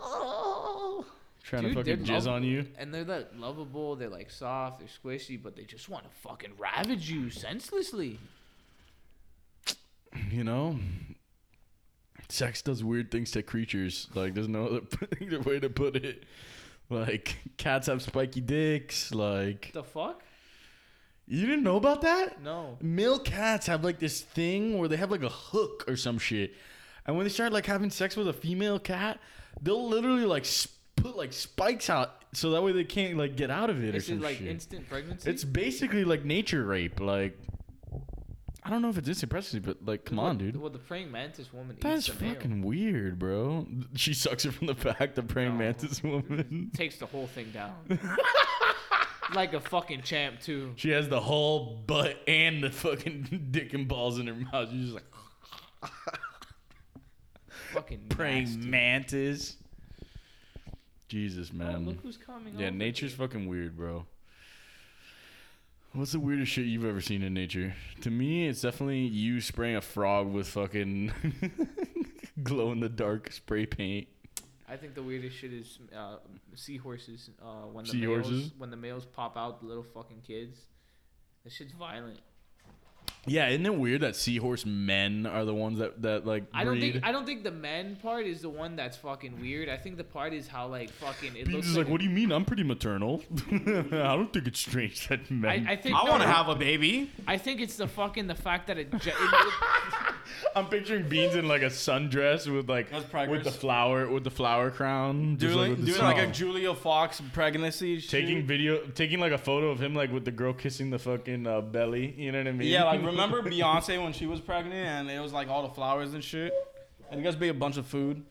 Oh, Dude,
to
they're
fucking jizz
lovable.
on you.
And they're like lovable, they're like soft, they're squishy, but they just want to fucking ravage you senselessly.
You know, sex does weird things to creatures. Like, there's no other, other way to put it. Like, cats have spiky dicks. Like,
The fuck?
you didn't know about that?
No.
male cats have like this thing where they have like a hook or some shit, and when they start like having sex with a female cat, they'll literally like sp- put like spikes out so that way they can't like get out of it or
Is it
some
like
shit.
instant pregnancy?
it's basically like nature rape. Like, I don't know if it's instant pregnancy, but like, come on, dude.
Well, the praying mantis woman
That's
eats the male.
fucking weird, bro. She sucks it from the back, the praying
No.
mantis woman.
Takes the whole thing down. like a fucking champ, too.
She has the whole butt and the fucking dick and balls in her mouth. She's just like
Fucking
praying
nasty.
mantis. Jesus,
Oh,
man.
look who's coming
yeah,
over
nature's
here.
fucking weird, bro. What's the weirdest shit you've ever seen in nature? To me, it's definitely you spraying a frog with fucking glow in the dark spray paint.
I think the weirdest shit is uh, seahorses. Uh, when the males
Seahorses?
when the males pop out, the little fucking kids. That shit's violent.
Yeah, isn't it weird that seahorse men are the ones that that like breed?
I don't think I don't think the men part is the one that's fucking weird. I think the part is how like fucking it
Beans
looks
is like,
a-
what do you mean? I'm pretty maternal. I don't think it's strange that men.
I, I think
I
no,
want to have a baby.
I think it's the fucking the fact that it. Ju- it-
I'm picturing Beans in like a sundress with like
That's
with
progress.
the flower with the flower crown, just,
Doing
with the
doing
sun.
like a Julia Fox pregnancy. shoot.
taking video, taking like a photo of him like with the girl kissing the fucking uh, belly. You know what I mean?
Yeah, like remember Beyonce when she was pregnant and it was like all the flowers and shit. And it just be a bunch of food.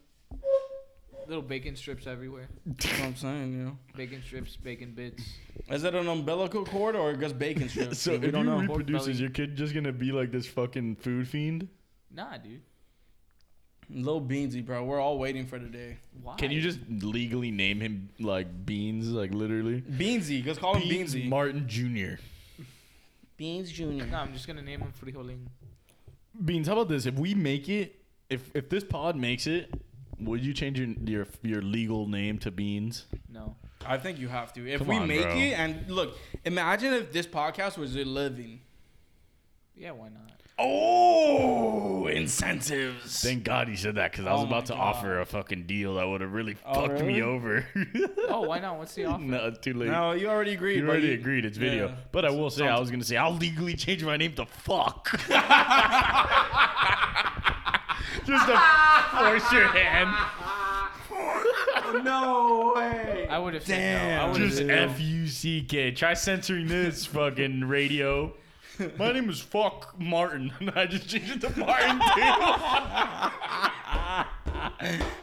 little bacon strips everywhere.
You know what I'm saying, you know.
Bacon strips, bacon bits.
Is it an umbilical cord or just bacon strips?
So if
we don't
you
know.
reproduce,
Pork
is
belly.
your kid just gonna be like this fucking food fiend?
Nah, dude.
Little Beansy, bro. We're all waiting for the day.
Why?
Can you just legally name him like Beans? Like literally,
Beansy, just call him Beansy.
Martin Jr.
Beans Jr.
No, I'm just gonna name him Frijoling.
Beans, how about this? If we make it, if if this pod makes it, would you change your your, your legal name to Beans?
No.
I think you have to. If
Come
we
on,
make
bro.
it and look, imagine if this podcast was a living.
Yeah, why not?
Oh, incentives.
Thank God he said that because I was
Oh my
about to
God.
offer a fucking deal that would have really fucked
really?
me over.
Oh, why not? What's the offer?
no, it's too late.
No, you already agreed.
you
but
already agreed. It's video.
Yeah.
But I will say, I was going to say, I'll legally change my name to fuck. Just to force your hand.
No way.
I would have said no. I
Damn.
would've
Just
said
F U C K. Try censoring this fucking radio. My name is Fuck Martin, and I just changed it to Martin too.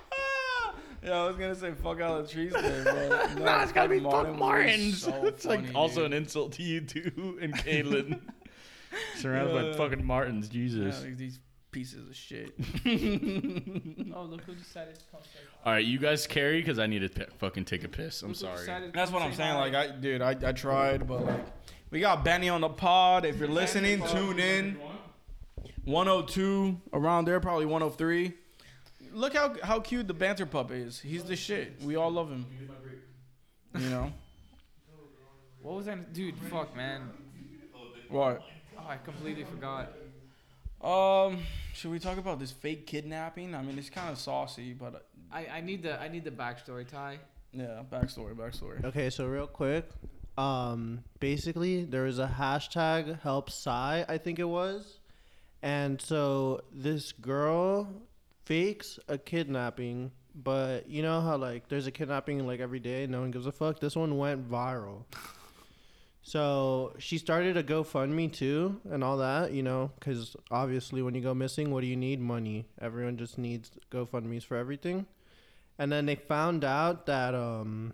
Yeah, I was gonna say fuck out of the trees there, but
no, it's gotta be Fuck
was
Martins.
so
it's like
funny,
also
dude.
an insult to you too and Caitlin. Surrounded by
Uh,
fucking Martins,
Yeah,
Jesus.
like these pieces of shit.
no. Oh, look who decided to come. say hi.
All right, you guys carry because I need to pi- fucking take a piss. I'm
Look who
sorry.
decided to
That's
come
what I'm
say
saying.
hi.
Like, I, dude, I, I tried, but like, we got Benny on the pod. If you're listening, tune in. 102 around there, probably 103. Look how how cute the banter pup is. He's the shit. We all love him. You know
what was that, dude? Fuck, man.
what?
Oh, I completely forgot.
Um, should we talk about this fake kidnapping? I mean, it's kind of saucy, but uh,
I, I need the I need the backstory, Ty.
yeah, backstory, backstory.
Okay, so real quick, um, basically there was a hashtag help Psy, I think it was, and so this girl fakes a kidnapping, but you know how like there's a kidnapping like every day, no one gives a fuck. This one went viral. So she started a GoFundMe too, and all that, you know, because obviously when you go missing, what do you need? Money. Everyone just needs GoFundmes for everything. and then they found out that um,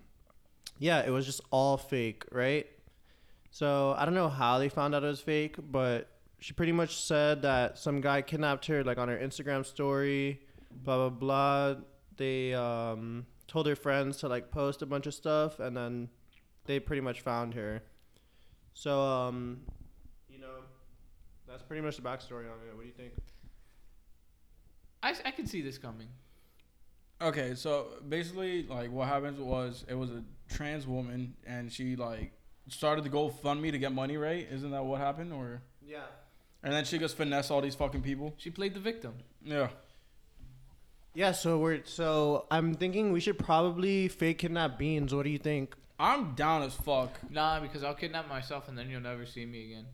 yeah, it was just all fake, right? So I don't know how they found out it was fake, but she pretty much said that some guy kidnapped her, like on her Instagram story, blah blah blah. They um, told her friends to like post a bunch of stuff, and then they pretty much found her. So um, you know, that's pretty much the backstory on it. What do you think?
I, I can see this coming.
Okay, so basically, like, what happens was it was a trans woman, and she like started to GoFundMe to get money, right? Isn't that what happened? Or
Yeah.
and then she goes finesse all these fucking people.
She played the victim.
Yeah.
Yeah. So we're so I'm thinking we should probably fake kidnap beans. What do you think?
I'm down as fuck.
Nah, because I'll kidnap myself and then you'll never see me again.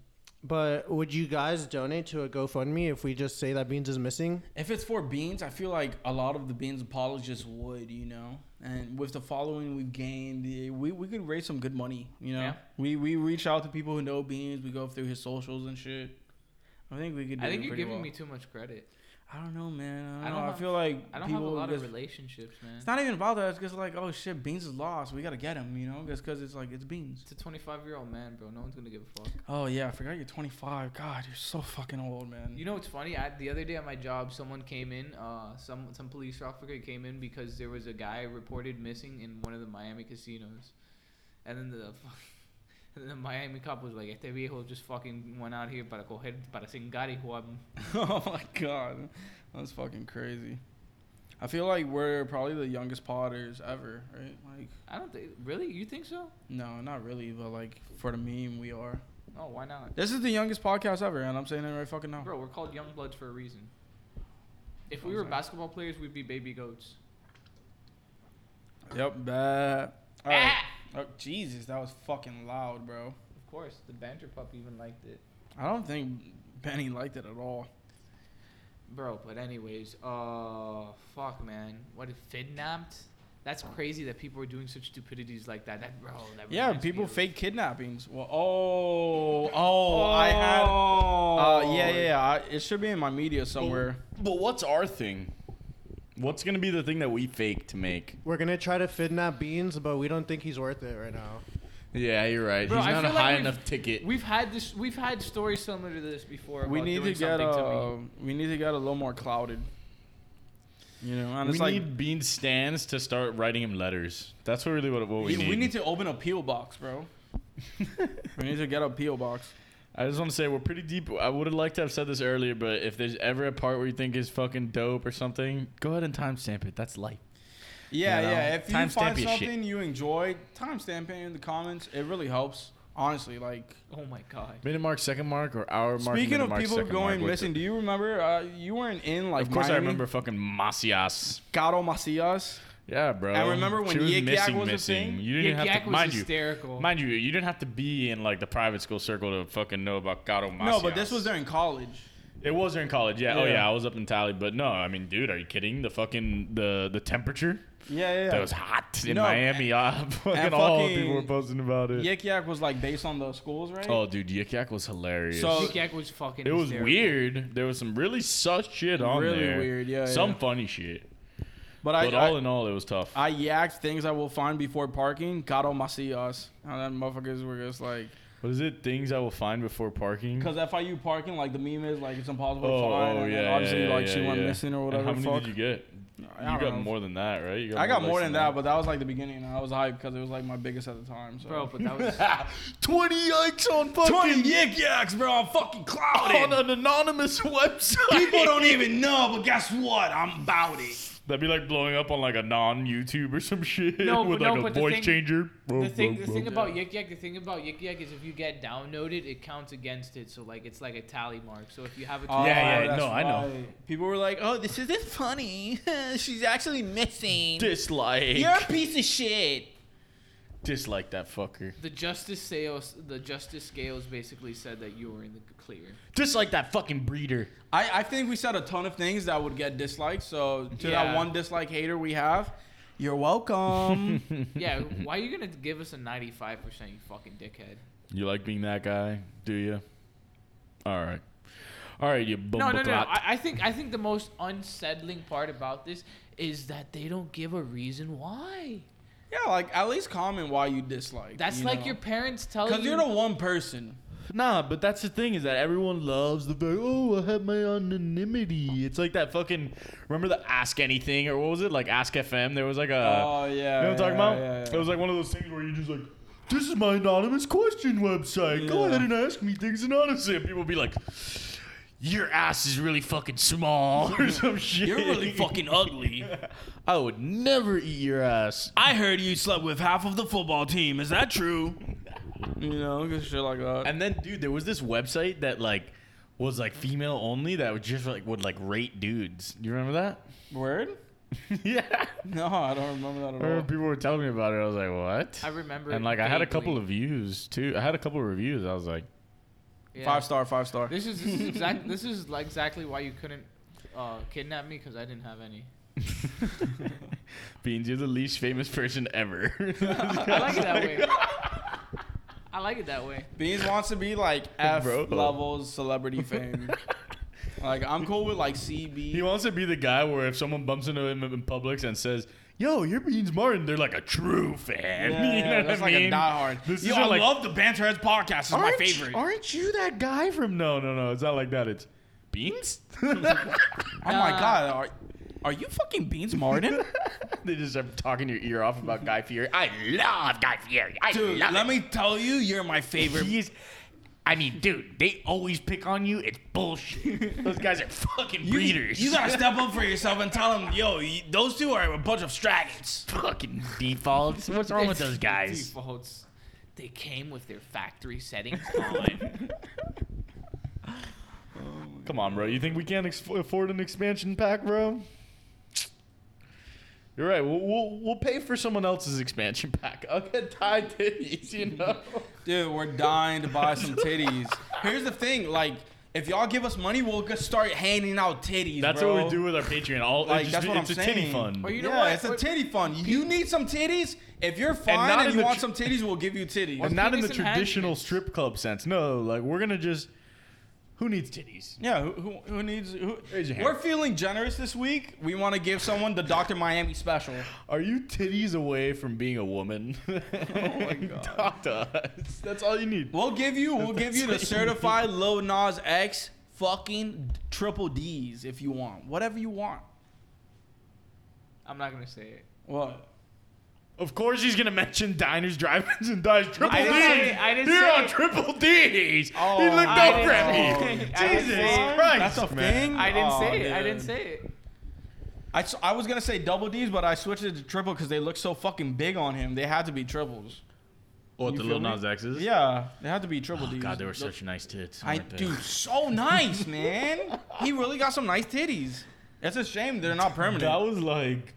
But would you guys donate to a GoFundMe if we just say that beans is missing?
If it's for beans, I feel like a lot of the beans apologists would, you know. And with the following we've gained, eh, we, we could raise some good money, you know.
Yeah.
We we reach out to people who know beans. We go through his socials and shit. I think we could. Do
I think
it
you're
pretty
giving
well.
me too much credit.
I don't know, man. I don't,
I don't
know. I
have-
feel like
I don't
people
have a lot of
just-
relationships, man.
It's not even about that. It's just like, oh shit, Beans is lost. We gotta get him, you know, just because it's like it's Beans.
It's a 25 year old man, bro. No one's gonna give a fuck.
Oh yeah, I forgot you're 25. God, you're so fucking old, man.
You know what's funny? I, the other day at my job, someone came in. Uh, some some police officer came in because there was a guy reported missing in one of the Miami casinos, and then the fuck- and then the Miami cop was like, "Este viejo just fucking went out here para coger para cingar y jugar."
oh my god, that's fucking crazy. I feel like we're probably the youngest potters ever, right? Like,
I don't think really. You think so?
no, not really, but like for the meme, we are.
Oh, why not,
This is the youngest podcast ever, and I'm saying it right fucking now.
bro? We're called Young Bloods for a reason. If we were basketball players, we'd be baby goats.
Yep, bad. All right.
Ah.
Oh, Jesus, that was fucking loud, bro.
Of course, the banter pup even liked it.
I don't think Benny liked it at all.
Bro, but anyways, uh, fuck, man, what if kidnapped? That's crazy that people are doing such stupidities like that. That bro, that
Yeah,
reminds me
people
of-
fake kidnappings. Well, oh, oh, I had. Uh, yeah, yeah, yeah. I, it should be in my media somewhere.
But what's our thing? What's gonna be the thing that we fake to make?
We're gonna try to kidnap beans, but we don't think he's worth it right now.
Yeah, you're right.
Bro,
He's
I
not a
feel like
high
we've-
enough ticket.
We've had this. We've had stories similar to this before.
we
about
need to
doing
get
something
uh,
to me.
we need to get a little more clouded. You know, and
we
it's like
need Bean Stans to start writing him letters. That's what really what, what we
we,
need.
we need to open a peel box, bro. we need to get a peel box.
I just want to say we're pretty deep. I would have liked to have said this earlier, but if there's ever a part where you think is fucking dope or something, go ahead and timestamp it. That's life.
Yeah,
You know,
yeah. If you
timestamp
find
your shit.
something you enjoy, timestamp it in the comments. It really helps. Honestly, like
Oh my god.
Minute mark, second mark, or hour mark.
speaking
minute
of
mark,
people
second mark,
going
what
missing,
the-
do you remember? Uh, you weren't in like
of course, I
Miami?
remember fucking Macias.
Caro Macias.
Yeah, bro.
I remember when
She was
Yik Yak
missing,
was a
missing.
thing.
You didn't
Yak
have
Yak
to
was
mind you.
hysterical.
Mind you, you didn't have to be in like the private school circle to fucking know about Gato Macias.
No, but this was during college.
It was during college, yeah. Oh
Yeah.
yeah, I was up in Tally, but no, I mean, dude, are you kidding? The fucking the the temperature
Yeah, yeah. yeah.
that was hot in
No,
Miami. Uh, fucking
and
all
fucking
people were posting about it.
Yik Yak was like based on the schools, right?
Oh, dude, Yik Yak was hilarious.
So-
Yak Yak was fucking.
it was
hysterical.
weird. There was some really sus shit on
Really
there.
weird, yeah,
Some
yeah.
funny shit,
but I,
but
I,
all in all, it was tough.
I yacked things I will find before parking. Caro Macias. And then motherfuckers were just like,
what is it? Things I will find before parking.
because FIU parking, like the meme is like it's impossible
Oh,
to find.
oh,
and
yeah,
then
yeah,
obviously,
yeah,
like she
yeah,
went
yeah.
missing or
And
whatever.
How
the
many
fuck.
did you get?
I
you
don't
got
know.
more than that, right? You
I got more
likes
than that, but that was like the beginning. I was hyped because it was like my biggest at the time. So.
bro. But that was.
twenty yikes on fucking
20 yik yaks, bro. I'm fucking clouded.
on an anonymous website.
People don't even know, but guess what? I'm about it.
That'd be like blowing up on like a non YouTube or some shit
No,
with
but no,
like a
but the
voice
thing-
changer.
The thing, the thing about Yik Yak, the thing about Yik Yak is if you get downloaded, it counts against it. So like, it's like a tally mark. So if you have a
Oh,
yeah,
that's
no, I know.
right. People were like, oh, this isn't funny. She's actually missing.
dislike.
piece of shit.
Dislike that fucker.
The justice sales, the justice scales basically said that you were in the clear.
Dislike that fucking breeder.
I, I think we said a ton of things that would get disliked. So to that
Yeah.
one dislike hater we have, you're welcome.
Yeah, why are you gonna give us a ninety-five percent, you fucking dickhead?
You like being that guy, do you? All right. All right, you bum
No, no, no. I, I think I think the most unsettling part about this is that they don't give a reason why.
Yeah, like at least comment why you dislike.
That's
you
like
know?
your parents telling
Cause
you.
you're the one person.
Nah, but that's the thing is that everyone loves the very oh I have my anonymity. It's like that fucking remember the Ask Anything or what was it like Ask FM? There was like a
Oh yeah.
you know what I'm talking
yeah,
about?
yeah, yeah.
It was like one of those things where you just like this is my anonymous question website. Go
Yeah.
ahead and ask me things anonymously. And people be like, your ass is really fucking small or some shit.
You're really fucking ugly.
I would never eat your ass.
I heard you slept with half of the football team. Is that true? you know, just shit like that.
And then, dude, there was this website that like was like female only that would just like would like rate dudes. Do you remember
Word?
that? yeah.
No, I don't remember that
I
at all.
remember people were telling me about it. I was like, what?
I remember.
and like I had a couple
vaguely.
of views too. I had a couple of reviews. I was like,
Yeah.
Five star, five star.
This is, this is exact. this is like exactly why you couldn't uh, kidnap me because I didn't have any.
Beans, you're the least famous person ever.
I like it that way. I like it that way.
Beans wants to be like F
Bro.
levels celebrity fame. like I'm cool with like C
He
B.
wants to be the guy where if someone bumps into him in Publix and says, "Yo, you're Beans Martin," they're like a true fan.
Yeah,
you know
yeah,
what
that's
I
like
mean?
a diehard.
This
Yo,
isn't
I
like-
love the Banterheads podcast. It's my
Aren't-
favorite.
Aren't you that guy from? No, no, no. It's not like that. It's Beans.
Oh my god, are, are you fucking Beans Martin?
they just are talking your ear off about Guy Fieri. I love Guy Fieri. I
Dude,
love
let
him.
me tell you, you're my favorite.
He is. I mean, dude, they always pick on you. It's bullshit. Those guys are fucking
You,
breeders.
you gotta step up for yourself and tell them, yo, you, those two are a bunch of stragons.
fucking defaults. What's wrong with those guys?
Defaults. They came with their factory settings on.
Come on, bro. You think we can't ex- afford an expansion pack, bro? You're right. We'll, we'll, we'll pay for someone else's expansion pack. I'll get tied titties, you know?
Dude, we're dying to buy some titties. Here's the thing, like, if y'all give us money, we'll just start handing out titties.
That's
bro.
what we do with our Patreon. All,
Like,
it's just,
that's what
it's
I'm
a titty
saying.
fund.
Well, you know
yeah,
what?
it's a
What-
titty fun. You need some titties. If you're fine
not
and,
in
you
the
want
tr-
some titties, we'll give you titties.
and not in the
penis and hand
traditional
units.
strip club sense. No, like, we're going to just. Who needs titties?
yeah, who, who, who needs? Who,
Raise your hand.
we're feeling generous this week. We want to give someone the Doctor Miami special.
Are you titties away from being a woman? Oh my
God.
Talk to us. That's all you need.
We'll give you, we'll give you the certified Lil Nas X fucking triple D's if you want, whatever you want.
I'm not gonna say it.
What?
Of course, he's gonna mention diners, drive-ins, and dives. Triple
I didn't
D's.
say- I didn't
You're
say-
on triple D's.
Oh,
he looked
I
over at me.
didn't say- I didn't
Jesus
say-
Christ,
Oh. That's a
man.
thing.
I didn't
Aw,
say it. I
Oh,
Oh, dude.
didn't say it.
I, s- I was gonna say double D's, but I switched it to triple because they looked so fucking big on him. They had to be triples.
What
You feel me?
X's?
Yeah, they had to be triple D's.
Oh, God, they were
Look-
such nice tits.
I
weren't they?
dude, so nice, man. he really got some nice titties. It's a shame they're not permanent.
That was like,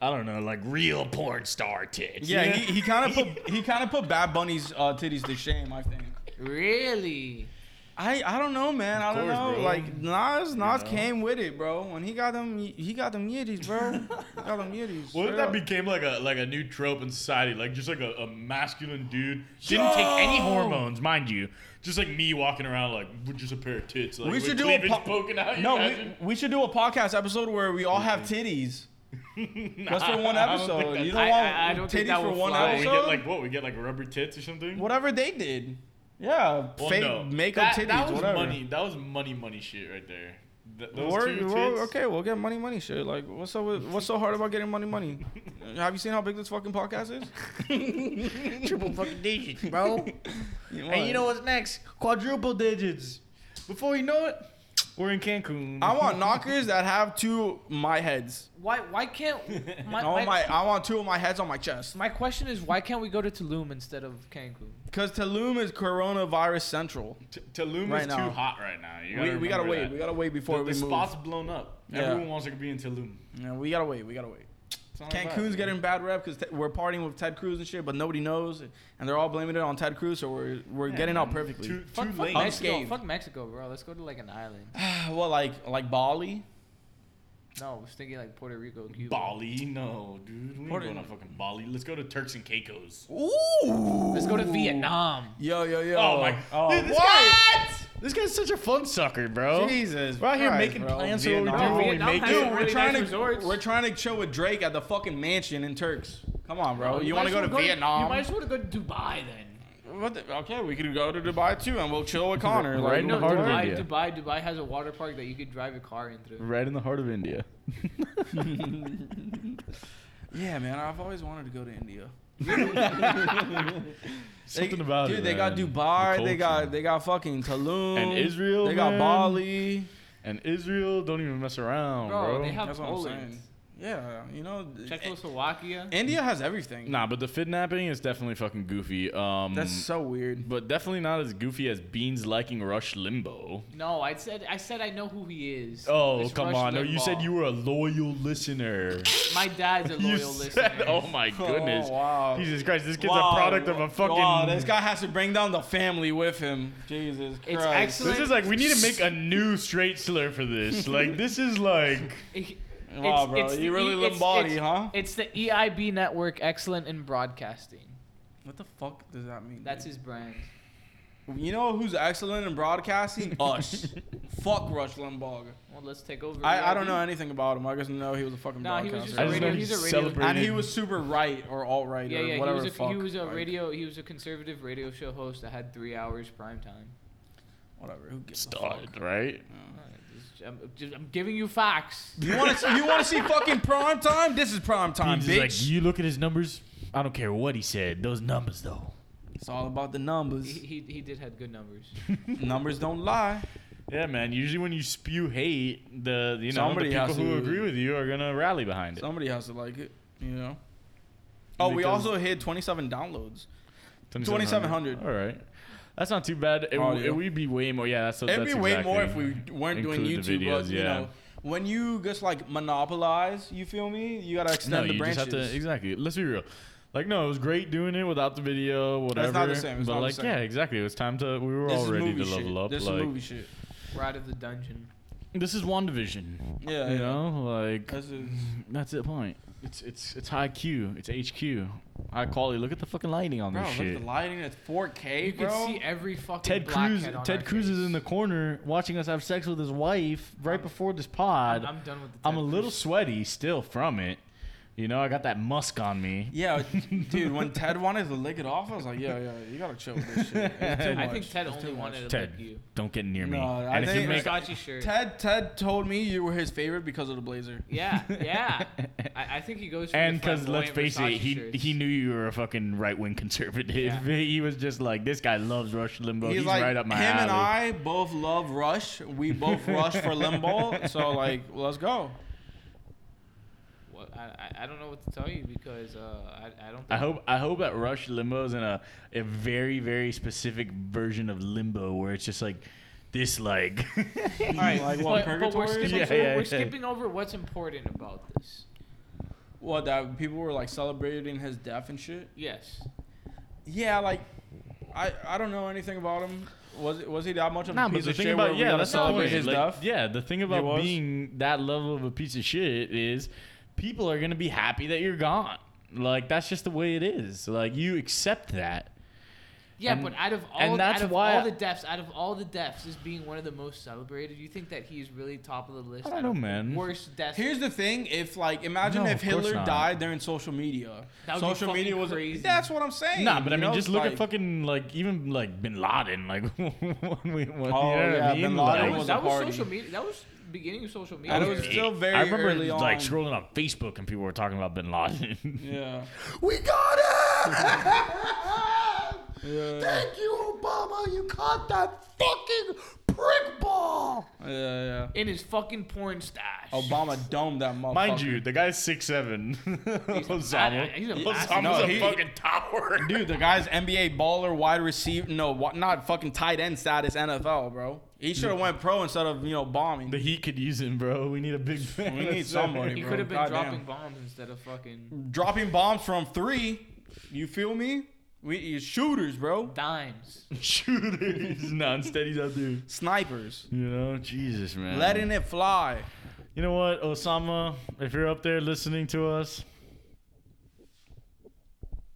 I don't know, like real porn star tits.
yeah, he, he kind of put he kind of put Bad Bunny's uh, titties to shame. I think.
Really?
I, I don't know, man. I don't
course,
know.
bro.
Like Nas, Nas
know.
came with it, bro. When he got them, he got them yitties, bro. he got them yitties.
What
straight
if that
up.
became like a like a new trope in society? Like just like a, a masculine dude didn't take any hormones, mind you. Just like me walking around like with just a pair of tits. Like,
We
with
should do a
cleavage
po-
poking out. you
No,
imagine?
we, we should do a podcast episode where we all have titties. Just for one
I don't think
episode.
that's-
You don't
I-
want
I- I don't think
titties
that
for
would
one
fly.
Oh, we
episode.
get like what? We get like rubber tits or something.
whatever they did. Yeah,
Well,
fake
no.
makeup
That-
titties,
That was
whatever.
money. That was money, money shit right there. Th- those
We're-
2
we're-
tits.
okay, we'll get money, money shit. Like, what's up with what's so hard about getting money, money? Have you seen how big this fucking podcast is?
Triple fucking digits, bro. and you know what's next? Quadruple digits. Before you know it, we're in Cancun.
I want knockers that have two my heads.
Why? Why can't my
I want
my,
my I want two of my heads on my chest.
my question is why can't we go to Tulum instead of Cancun?
Cause Tulum is coronavirus central.
T- Tulum
Right
is
now.
too hot right now. You
We,
gotta
we gotta
remember
wait.
that.
We gotta wait before
the,
we
the
move.
spot's blown up.
Yeah.
Everyone wants to be in Tulum.
Yeah, we gotta wait. We gotta wait.
It's not like
Cancun's
that.
getting bad rep because we're partying with Ted Cruz and shit, but nobody knows, and they're all blaming it on Ted Cruz. So we're we're getting out perfectly.
too,
Fuck,
too
fuck
late.
Mexico.
Unscathed.
Fuck Mexico, bro. Let's go to like an island.
well, like like Bali.
No, I was thinking like Puerto Rico, Cuba.
Bali, no, dude. We ain't
Puerto-
going to fucking Bali. Let's go to Turks and Caicos.
Ooh.
Let's go to Vietnam.
Yo yo yo.
Oh my.
Oh,
Dude, this
what?
guy- This guy's such a fun sucker, bro.
Jesus,
We're out here
Christ,
making
bro.
plans for what we do
Vietnam.
when we
Vietnam
make
has
it.
some
We're
really
trying
nice
to
resorts.
we're trying to chill with Drake at the fucking mansion in Turks. Come on,
Oh,
bro. You, want
might
to go
as
to
well
Vietnam?
You might as well go to Dubai then.
What the- okay, we could go to Dubai too, and we'll chill with Connor.
Right in the
No,
heart of
Dubai,
India.
Dubai, Dubai has a water park that you could drive your car into.
Right in the heart of India.
Yeah, man. I've always wanted to go to India.
Something
They-
about
dude,
it.
they got
man.
Dubai.
The
they got
culture.
they got fucking Tulum
And Israel,
They got
man.
Bali.
and Israel don't even mess around,
Bro,
bro.
they have
That's what I'm
Poland,
saying. Yeah, you know, eh,
Czechoslovakia.
India has everything.
nah, but the kidnapping is definitely fucking goofy. Um,
That's so weird.
but definitely not as goofy as Beans liking Rush Limbo.
No, I said I said I know who he is.
Oh,
It's
come
Rush
on. No, you
Limbaugh.
said you were a loyal listener.
My dad's a
You
loyal listener.
said- oh my goodness.
wow.
Jesus Christ, this kid's
Wow,
a product of a fucking.
Wow, this guy has to bring down the family with him. Jesus Christ.
It's excellent.
This is like we need to make a new straight slur for this. Like this is like
It-
Wow,
it's-
bro,
it's
you
the E,
really
it's-
Lombardi,
it's-
huh?
It's the EIB network, excellent in broadcasting.
What the fuck does that mean?
That's
dude?
his brand.
You know who's excellent in broadcasting? Us. Fuck Rush Limbaugh.
Well, let's take over.
I, I
EIB.
don't know anything about him. I just know he was a fucking
Nah, he
broadcaster.
was just
I
a
just know
radio.
he
He's a radio.
celebrated.
and he was super right or alt right
Yeah,
or
yeah. He
whatever.
was,
the
a,
fuck.
he was a
like,
radio. He was a conservative radio show host that had three hours prime time.
Whatever. Who gives a fuck?
stud, right?
Just- I'm, just- I'm giving you facts.
You want to you want to see fucking prime time? This is prime time,
Beans is
bitch.
like, you look at his numbers. I don't care what he said. Those numbers though.
it's all about the
He,
numbers.
he, he did have good numbers.
numbers don't lie.
Yeah, man. Usually when you spew hate, the you know
Somebody
the people
has
who
to-
agree with you are gonna rally behind it.
Somebody has to like it, you know. Oh, we
Because-
also hit 27 downloads. 2700.
All right. That's not too bad. It,
Audio.
it would be way more. Yeah, that's
Oh, It'd
that's
be way
exactly-
more if we weren't doing
Include the
YouTube,
videos,
but you
yeah.
know, when you just like monopolize, you feel me? You gotta extend
No,
the
you just
branches.
have to exactly. Let's be real. Like no, it was great doing it without the video, whatever.
not the same, it's
but
not the
like,
same.
yeah, exactly. It was time to. We were
this
all
is
ready
movie
to level
shit.
up.
This
like,
is movie shit.
We're out of the dungeon.
this is WandaVision.
Yeah,
you
yeah.
know, Mm, like
This is
that's the point. It's it's it's high Q. It's HQ. High quality. Look at the fucking lighting on
bro.
this
Look
shit.
at the lighting. It's 4K,
You
bro.
can see every fucking
Ted
blackhead
Cruz.
on our
Ted Cruz is
face.
in the corner watching us have sex with his wife right before this pod.
I'm, I'm done with the.
I'm
Ted
a little
Cruz.
sweaty still from it. You know, I got that musk on me.
yeah, dude. When Ted wanted to lick it off, I was like, yeah, yeah, you gotta chill with this shit. It's too
I
much.
think Ted only
much.
wanted to
Ted,
lick you.
don't get near me.
No, I
and if you
think-
make
Versace shirt.
Ted Ted told me you were his favorite because of the blazer.
Yeah, yeah. I, I think he goes. For
and
because
because let's face it, he he knew you were a fucking right wing conservative.
Yeah.
He was just like, this guy loves Rush Limbaugh. He's,
He's, like
right up my
him
alley.
and I both love Rush. We both rush for Limbo. So like, let's go.
Well, I, I I don't know what to tell you because uh, I I don't. Think
I hope I hope that Rush Limbo is in a, a very very specific version of limbo where it's just like this like
All right, like what?
But, but we're,
Purgatory.
skipping,
Yeah,
we're,
yeah,
we're
yeah.
skipping over what's important about this.
What that people were like celebrating his death and shit.
Yes.
Yeah, like I I don't know anything about him. Was it was he that much of a
Nah, but
piece
the
of
thing
shit? where
about
we
yeah,
gotta
that's the
celebrate
point.
his
Like,
death.
Yeah, the thing about
was.
being that level of a piece of shit is people are gonna be happy that you're gone. Like that's just the way it is. Like you accept that.
Yeah,
And-
but out of all
and that's
out of
why
all
I-
the deaths, out of all the deaths, as being one of the most celebrated, you think that he's really top of the list?
I don't
out
know,
of
man.
Worst deaths.
Here's the thing: if like, imagine
No,
if
of course
Hitler
not.
died during social media,
That would be
social
fucking
media was
crazy.
That's what I'm saying.
Nah, but I
you
mean,
know?
just look
Like,
at fucking like even like Bin Laden. Like when we, when, you know
Oh,
what
yeah,
I mean?
Bin Laden
Like,
that was,
was
that
a
was
party.
social media. That was beginning of social media.
And it was
eight.
still very
I remember
early
like
on.
scrolling on Facebook and people were talking about Bin Laden.
Yeah.
we got it.
Yeah,
you, Obama. You caught that fucking prick ball.
yeah, yeah.
in his fucking porn stash.
Obama domed that motherfucker.
Mind you, the guy's six seven. Osama.
he's a massive-
Osama's
No,
a
he-
fucking tower.
dude, the guy's NBA baller, wide receiver, no, wa- not fucking tight end status, NFL, bro. He should have went pro instead of you know bombing.
The Heat could use him, bro. We need a big man.
We need somebody.
He
bro.
could have been
Goddamn.
dropping bombs instead of fucking
Dropping bombs from three, you feel me? We he's shooters, bro.
dimes.
Shooters, non-steadies out there.
Snipers,
You know, Jesus, man.
letting it fly.
You know what, Osama? If you're up there listening to us,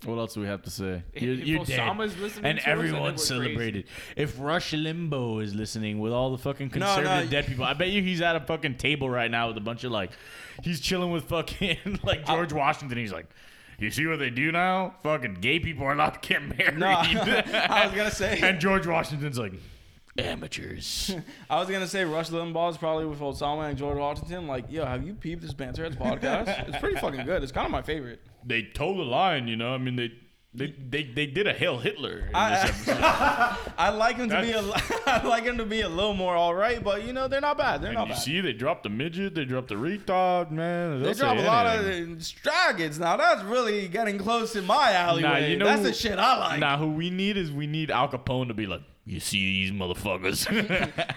What else do we have to say?
If-
You're,
if
you're dead.
Osama's listening
and
to us, I think we're
everyone
crazy.
celebrated. If Rush Limbo is listening with all the fucking
No, no,
conservative
y-
dead people, I bet you he's at a fucking table right now with a bunch of like, he's chilling with fucking like George Washington. He's like, you see what they do now? Fucking gay people are allowed to get married.
No, I was gonna say-
And George Washington's like, amateurs.
I was gonna say Rush Limbaugh is probably with Osama and George Washington. Like, yo, have you peeped this Banterheads podcast? it's pretty fucking good. It's kind of my favorite.
they told a line, you know. I mean, they they they, they did a Hail Hitler. In
I-
this episode.
I like him to be a, I like him to be a little more all right, but you know they're not bad. They're
And
not
you
bad.
see, they dropped the midget, they dropped the retard, man.
They
They'll
drop
say
a lot
anything.
of stragons. Now that's really getting close in my alleyway.
you know
that's
who-
the shit I like.
Nah, who we need is we need Al Capone to be like, you see these motherfuckers.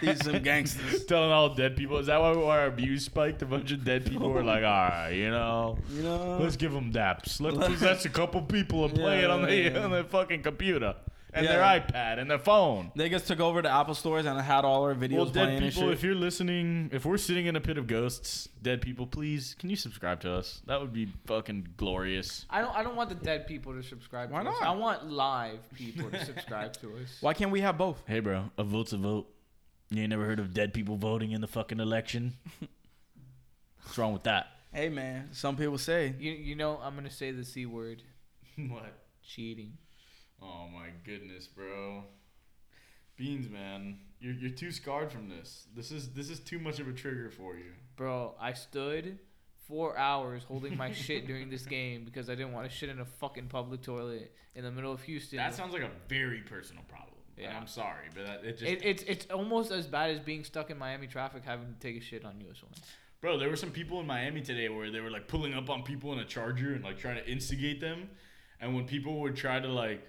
These some gangsters.
Telling all dead people. Is that why our views spiked? A bunch of dead people were like, all right, you know,
You know.
let's give them daps. Let's possess a couple people and play it on the
Yeah.
on their fucking computer and
Yeah.
their iPad and their phone.
They just took over the Apple stores and had all our videos
Well,
playing
dead
and
people,
shit.
if you're listening, if we're sitting in a pit of ghosts, dead people, please, can you subscribe to us? That would be fucking glorious.
I don't. I don't want the dead people to subscribe.
Why
to Us.
not?
I want live people to subscribe to us.
Why can't we have both?
Hey, bro, a vote's a vote. You ain't never heard of dead people voting in the fucking election? What's wrong with that?
Hey man, some people say
You, you know, I'm gonna say the c word,
What?
cheating.
Oh my goodness, bro. Beans, man, you're, you're too scarred from this. This is this is too much of a trigger for you.
Bro, I stood four hours holding my shit during this game because I didn't want to shit in a fucking public toilet in the middle of Houston.
That sounds like a very personal problem. and
Yeah.
I'm sorry, but that, it just
it, it's it's almost as bad as being stuck in Miami traffic having to take a shit on US one.
Bro, there were some people in Miami today where they were like pulling up on people in a charger and like trying to instigate them. And when people would try to like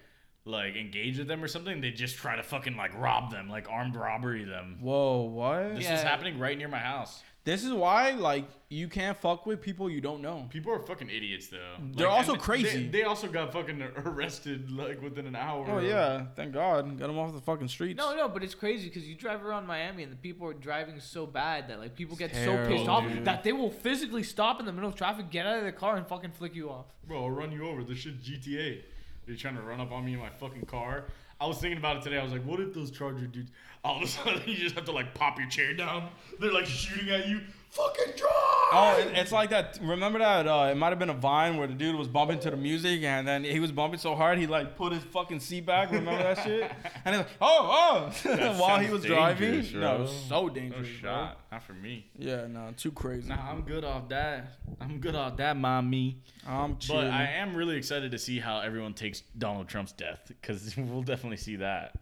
like engage with them or something, they just try to fucking like rob them, like armed robbery them.
Whoa, what?
This is
Yeah.
happening right near my house.
This is why, like, you can't fuck with people you don't know.
People are fucking idiots though.
They're
Like,
also
and they-
crazy.
They, also got fucking arrested like within an hour.
Oh yeah, thank God, got them off the fucking streets.
No, no, but it's crazy because you drive around Miami and the people are driving so bad that like people get so
terrible,
pissed off
dude.
that they will physically stop in the middle of traffic, get out of their car, and fucking flick you off.
Bro, I'll run you over. This shit's GTA. They're trying to run up on me in my fucking car. I was thinking about it today. I was like, what if those Charger dudes, all of a sudden, you just have to like pop your chair down? They're like shooting at you. Fucking drive!
Oh, it- it's like that. Remember that? Uh, it might have been a vine where the dude was bumping to the music, and then he was bumping so hard he like put his fucking seat back. Remember that shit? And he's like, oh, oh, while he
sounds
was driving.
dangerous,
No,
bro.
it was so
No
dangerous. bro.
shot. Not for me.
Yeah, no, too crazy.
Nah, I'm good off that. I'm good off that, mommy.
I'm
But
chilling.
I am really excited to see how everyone takes Donald Trump's death because we'll definitely see that.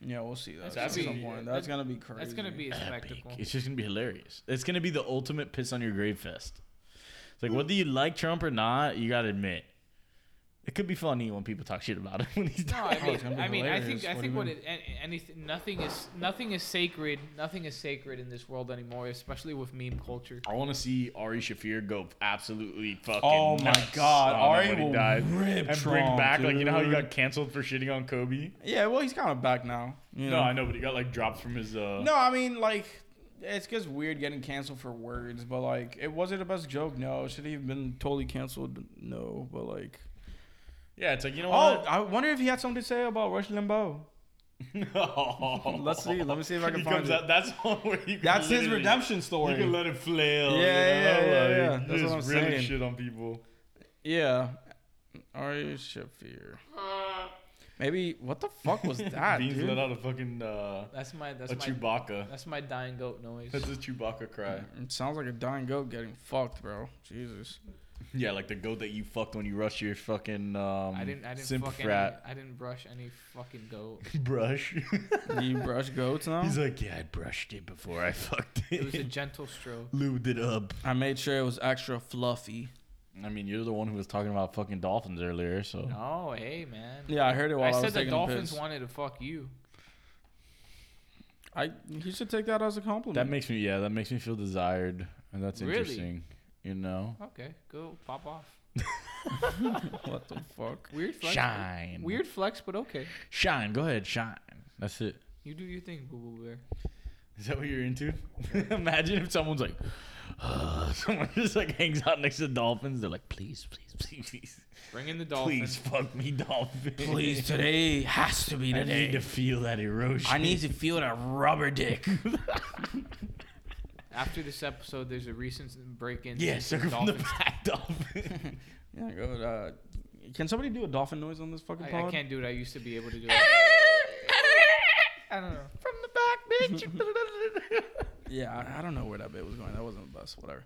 yeah, we'll see that.
That's
at
gonna
some
be-
point.
that-
That's gonna be crazy.
That's gonna be a
Big.
spectacle.
It's just gonna be hilarious. It's gonna be the ultimate piss on your grave fest. It's like whether you like Trump or not, you gotta admit. It could be funny when people talk shit about him when he's
No,
done.
I mean,
gonna be
I mean, I
hilarious.
think, I
What do
think
you
what
mean?
it, an- anything, nothing is, nothing is sacred. Nothing is sacred in this world anymore, especially with meme culture.
I want to see Ari Shafir go absolutely fucking.
Oh my
nuts
God,
on
Ari
when he
will
died.
rip
and bring
Trump,
back like you know how he
dude.
got canceled for shitting on Kobe.
Yeah, well, he's kind of back now. You
No,
know?
I know, but he got like dropped from his. uh
No, I mean like it's just weird getting canceled for words, but like it was it a best joke? No. Should he have been totally canceled? No. But like
Yeah, it's like you know
Oh,
what.
I wonder if he had something to say about Rush Limbaugh.
No.
Let's see. Let me see if I can
He
find
comes
it.
out. That's one where you. can
That's his
literally-
redemption story.
You can let it flail. you
Yeah,
know,
yeah,
like,
yeah, yeah.
you
That's what
just
I'm
really
saying.
shit on people.
yeah. Ari Shafir. Maybe what the fuck was that?
Beans let
dude?
out a fucking uh,
That's my, that's
a
my,
Chewbacca.
that's my dying goat noise.
That's a Chewbacca cry.
It sounds like a dying goat getting fucked, bro. Jesus.
Yeah, like the goat that you fucked when you rushed your fucking um,
I didn't, I didn't
simp
fuck any,
frat
I didn't brush any fucking goat.
brush.
Do you brush goats now?
He's like, yeah, I brushed it before I fucked
It was a
it.
gentle stroke.
Lubed it up.
I made sure it was extra fluffy.
I mean, you're the one who was talking about fucking dolphins earlier, so.
No, hey man.
Yeah, I heard it
I
while I,
said
was
the
taking
dolphins
a piss.
wanted to fuck you.
I you should take that as a compliment.
That makes me, yeah, that makes me feel desired, and that's
Really? Oh,
interesting. You know,
Okay, go pop off.
what the fuck?
Weird flex.
shine,
Weird flex, but okay.
shine. Go ahead, shine. That's it.
You do your thing, Boo Boo Bear.
Is that what you're into? Imagine if someone's like, uh, someone just like hangs out next to dolphins. They're like, please, please, please, please,
Bring in the
please,
dolphins.
fuck me, dolphin.
Please, today has to be
I need to
today.
feel that erosion.
I need to feel that rubber dick.
After this episode, there's a recent break in.
yeah, circle from the back, dolphin.
yeah, go. Uh, can somebody do a dolphin noise on this fucking
I, I
pod?
can't do it. I used to be able to do it. I don't know.
From the back, bitch. yeah, I, I don't know where that bit was going. That wasn't the best. Whatever.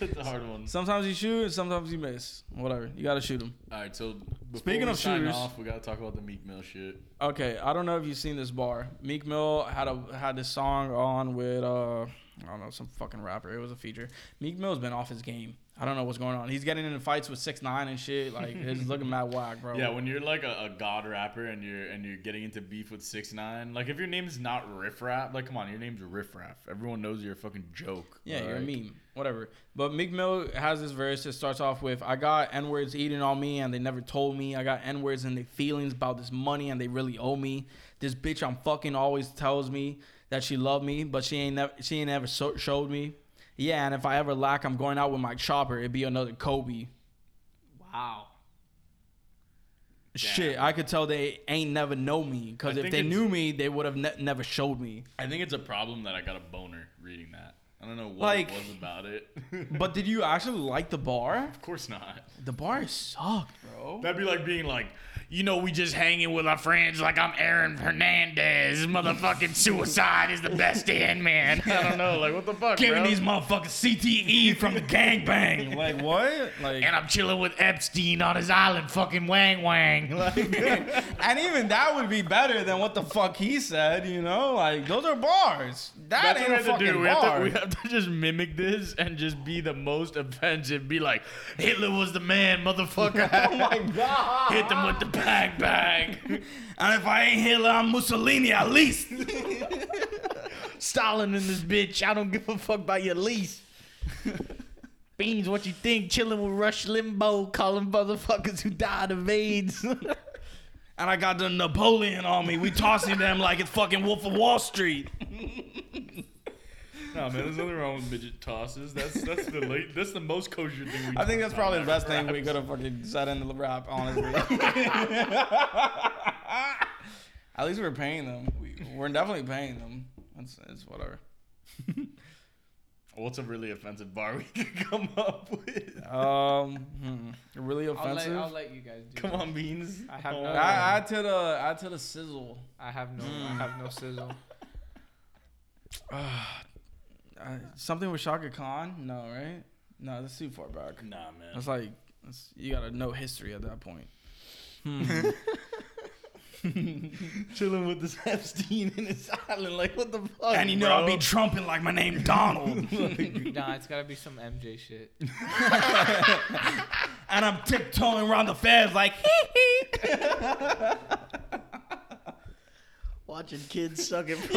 That's a hard one.
Sometimes you shoot, and sometimes you miss. Whatever. You gotta shoot them.
All right, so
Speaking
we
of
sign
shooters-
off, we gotta talk about the Meek Mill shit.
Okay, I don't know if you've seen this bar. Meek Mill had a had this song on with uh I don't know some fucking rapper. It was a feature. Meek Mill's been off his game. I don't know what's going on. He's getting into fights with six nine and shit. Like it's looking mad whack, bro.
Yeah, when you're like a, a god rapper and you're and you're getting into beef with six nine, like if your name's not Riff Raff, like come on, your name's Riff Raff. Everyone knows you're a fucking joke.
Yeah, you're a
alright?
meme. Whatever. But Meek Mill has this verse that starts off with I got N words eating on me and they never told me. I got N words and their feelings about this money and they really owe me. This bitch I'm fucking always tells me that she loved me, but she ain't never she ain't ever so- showed me. Yeah, and if I ever lack, I'm going out with my chopper. It'd be another Kobe.
Wow.
Shit, I could tell they ain't never know me because
I
if
think
they
it's-
knew me, they would have ne- never showed me.
I think it's a problem that I got a boner reading that. I don't know what
Like-
it was about it.
But did you actually like the bar?
of course not.
The bar sucked, bro.
That'd be like being like, you know, we just hanging with our friends like I'm Aaron Hernandez. Motherfucking suicide is the best end, man. I don't know, like what the fuck,
Giving these
motherfuckers
E
CTE from the gangbang.
Like what? Like
and I'm chilling with Epstein on his island, fucking wang wang.
And even that would be better than what the fuck he said, you know? Like those are bars. That ain't a fucking
We have,
bar.
to, we have to just mimic this and just be the most offensive. Be like, Hitler was the man, motherfucker.
oh my god.
Hit them with the bang bang.
And if I ain't Hitler, I'm Mussolini at least.
Stalin in this bitch. I don't give a fuck about your lease. Beans, what you think? Chilling with Rush Limbaugh, calling motherfuckers who died of AIDS.
and I got the Napoleon on me. We tossing them like it's fucking Wolf of Wall Street.
No man, there's nothing wrong with midget tosses. That's that's the late, that's the most kosher thing. We
I think that's probably the best thing we could have fucking said in the rap, honestly. At least we're paying them. We, we're definitely paying them. That's it's whatever.
What's a really offensive bar we could come up with?
Um, hmm. really
I'll let,
offensive.
I'll let you guys do.
Come
it.
on, beans.
I have
Oh,
no-
I add to the add to the sizzle.
I have no. I
Mm.
have no sizzle.
Uh, something with Shaka Khan? No, right? No, that's too far back.
Nah, man.
That's like that's, you gotta know history at that point.
Chilling with this Epstein in his island, like what the fuck?
I'll trumping like my name Donald, and
nah, it's gotta be some MJ shit.
I'm tiptoeing around the feds like.
Watching kids suck it from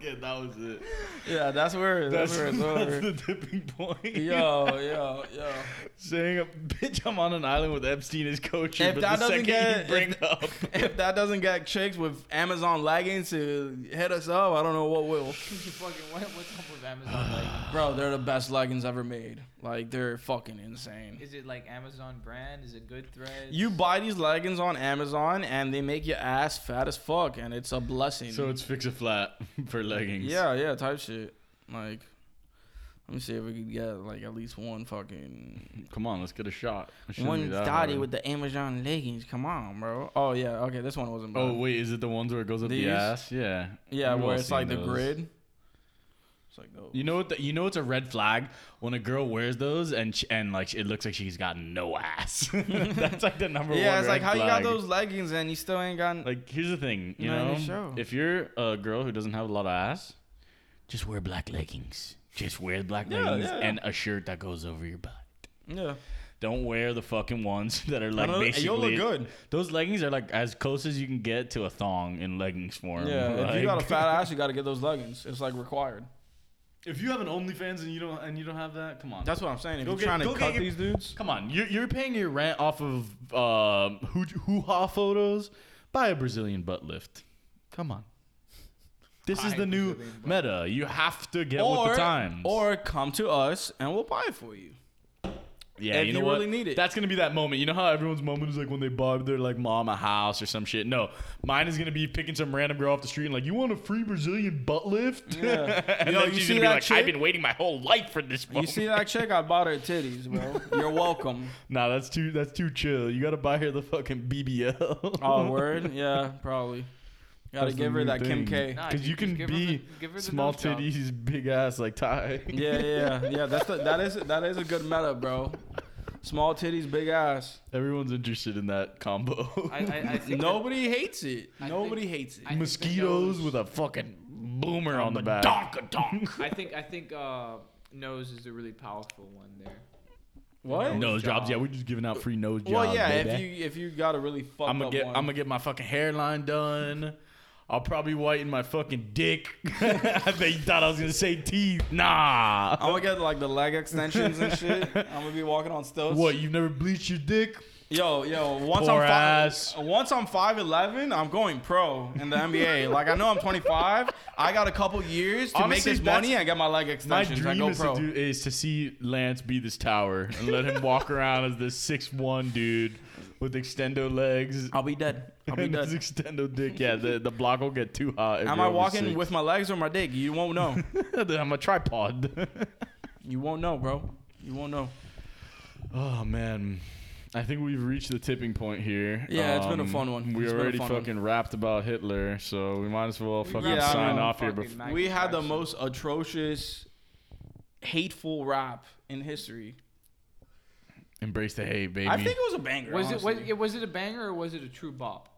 Yeah, that was it.
yeah, that's where that's,
That's,
where it's
that's
over.
the tipping point.
Yo, yo, yo.
saying, "Bitch, I'm on an island with Epstein as coach."
If
but
that
the
doesn't
second
get-
you bring
if-
up,
If that doesn't get chicks with Amazon leggings to hit us up, I don't know what will.
Fucking what, what's up with Amazon? Like,
Bro, they're the best leggings ever made. Like they're fucking insane.
is it like Amazon brand? Is it good thread?
You buy these leggings on Amazon and they make your ass fat as fuck and it's a blessing.
so it's fix a flat for leggings.
yeah, yeah, type shit. Like let me see if we could get like at least one fucking
come on, let's get a shot. It shouldn't be
one
that
daddy
hard.
with the Amazon leggings. Come on, bro. Oh yeah, okay, this one wasn't bad.
Oh wait, is it the ones where it goes up
These?
the ass? Yeah.
yeah,
We've all
where it's
seen
like the
those.
grid. It's like those.
You know what? The, you know it's a red flag when a girl wears those and sh and like it looks like she's got no ass. That's like the number one.
yeah, it's like
red
how you got
flag.
those leggings and you still ain't got
Like here's the thing, you
Not
know,
any show.
if you're a girl who doesn't have a lot of ass, just wear black leggings. Just wear black
Yeah,
leggings
yeah, yeah.
and a shirt that goes over your butt.
yeah.
Don't wear the fucking ones that are like
no,
basically.
you'll look good.
Those leggings are like as close as you can get to a thong in leggings form.
Yeah, if you
like-
got a fat ass, you got to get those leggings. It's like required.
If you have an OnlyFans and you don't and you don't have that, come on.
That's what I'm saying. If
Go
you're
get-
trying to
go get
cut
your-
these dudes,
Come on, you're, you're paying your rent off of um, hoo ha photos. Buy a Brazilian butt lift. Come on, This is
I
the new
completely bought
meta. You have to get
or
with the times.
or come to us and we'll buy it for you.
yeah,
if
you know
you
what?
really need it.
That's gonna be that moment. You know how everyone's moment is like when they buy their like mom a house or some shit. No, mine is gonna be picking some random girl off the street and like, you want a free Brazilian butt lift? and
Yo,
then
you
she's
see
gonna be
that
like, I've
chick?
been waiting my whole life for this
You
moment.
see that chick? I bought her titties, bro. You're welcome.
Nah, that's too that's too chill. You gotta buy her the fucking BBL.
Oh, word? Yeah, probably. Gotta
That's the
give her
new
that
thing.
Kim K.
Nah,
Because
dude,
you
just
can
give her the-
be
give her the
small
nose job.
titties, big ass like Ty.
Yeah, yeah, yeah. That's the, that is that is a good meta, bro. Small titties, big ass.
Everyone's interested in that combo.
I, I, I think
Nobody hates it.
I
Nobody
think-
hates it.
I think that
Mosquitoes
nose-
with a fucking boomer on the back. Donk donk.
I think I think uh, nose is a really powerful one there.
What?
Nose jobs.
job.
Yeah, we're just giving out free nose jobs.
Well, yeah.
baby.
If you if you got a really fucked
I'm gonna
up
get
one.
I'm gonna get my fucking hairline done. I'll probably whiten my fucking dick. I bet you thought I was gonna say teeth. Nah.
I'm gonna get like the leg extensions and shit. I'm gonna be walking on stilts.
what? You've never bleached your dick?
Yo, yo. Once
Poor
I'm
ass.
five, once I'm five eleven, I'm going pro in the NBA. like I know I'm 25. I got a couple years to
Honestly,
make this
that's-
money and get my leg
My
extensions. I
dream
go
is to,
pro.
do, is to see Lance be this tower and let him walk around as this six one dude with extendo legs.
I'll be dead. I'll be
and his
dead.
extendo dick. Yeah, the, the block will get too hot. if
Am
you're
I
over
walking
six.
with my legs or my dick? You won't know.
I'm a tripod.
you won't know, bro. You won't know.
oh man. I think we've reached the tipping point here. Um,
Yeah, it's been a fun one.
We
It's been a
already
fun one.
fucking rapped about Hitler, so we might as well fucking
wrapped
sign
up.
off here.
Fucking
Before.
Michael
we had the
Jackson.
most atrocious, hateful rap in history.
Embrace the hate, baby.
I think it was a banger.
Was it was,
honestly.
it was it a banger or was it a true bop?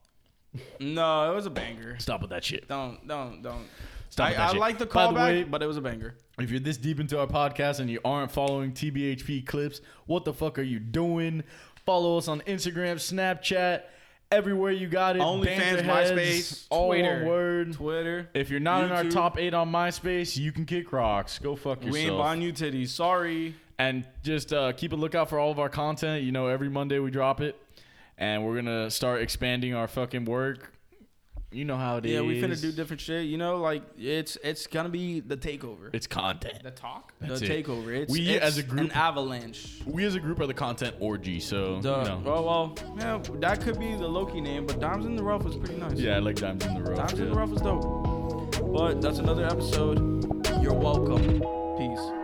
No, it was a banger.
Stop with that shit.
Don't, don't, don't.
Stop
I,
with that
I
shit.
like the
By the
callback,
way-
but it was a banger.
If you're this deep into our podcast and you aren't following TBHP clips, what the fuck are you doing? Follow us on Instagram, Snapchat, everywhere you got it.
OnlyFans,
Banterheads,
MySpace,
all one
Twitter.
word.
Twitter.
If you're not in our
YouTube.
top eight on MySpace, you can kick rocks. Go fuck
we ain't
yourself.
buying you titties. Sorry.
and just uh, keep a lookout for all of our content. You know, every Monday we drop it, and we're gonna start expanding our fucking work. You know how it is.
Yeah, we finna do different shit. You know, like it's it's gonna be the takeover.
It's content.
The talk?
That's
the
it.
takeover. It's,
We,
it's
as a group-
an avalanche.
We as a group are the content orgy. So you
Duh.
know.
Well, well, yeah, that could be the Loki name, but Dimes in the Rough was pretty nice.
yeah, I like dimes in the rough.
Dimes in
yeah.
the Rough was dope. But that's another episode. You're welcome. Peace.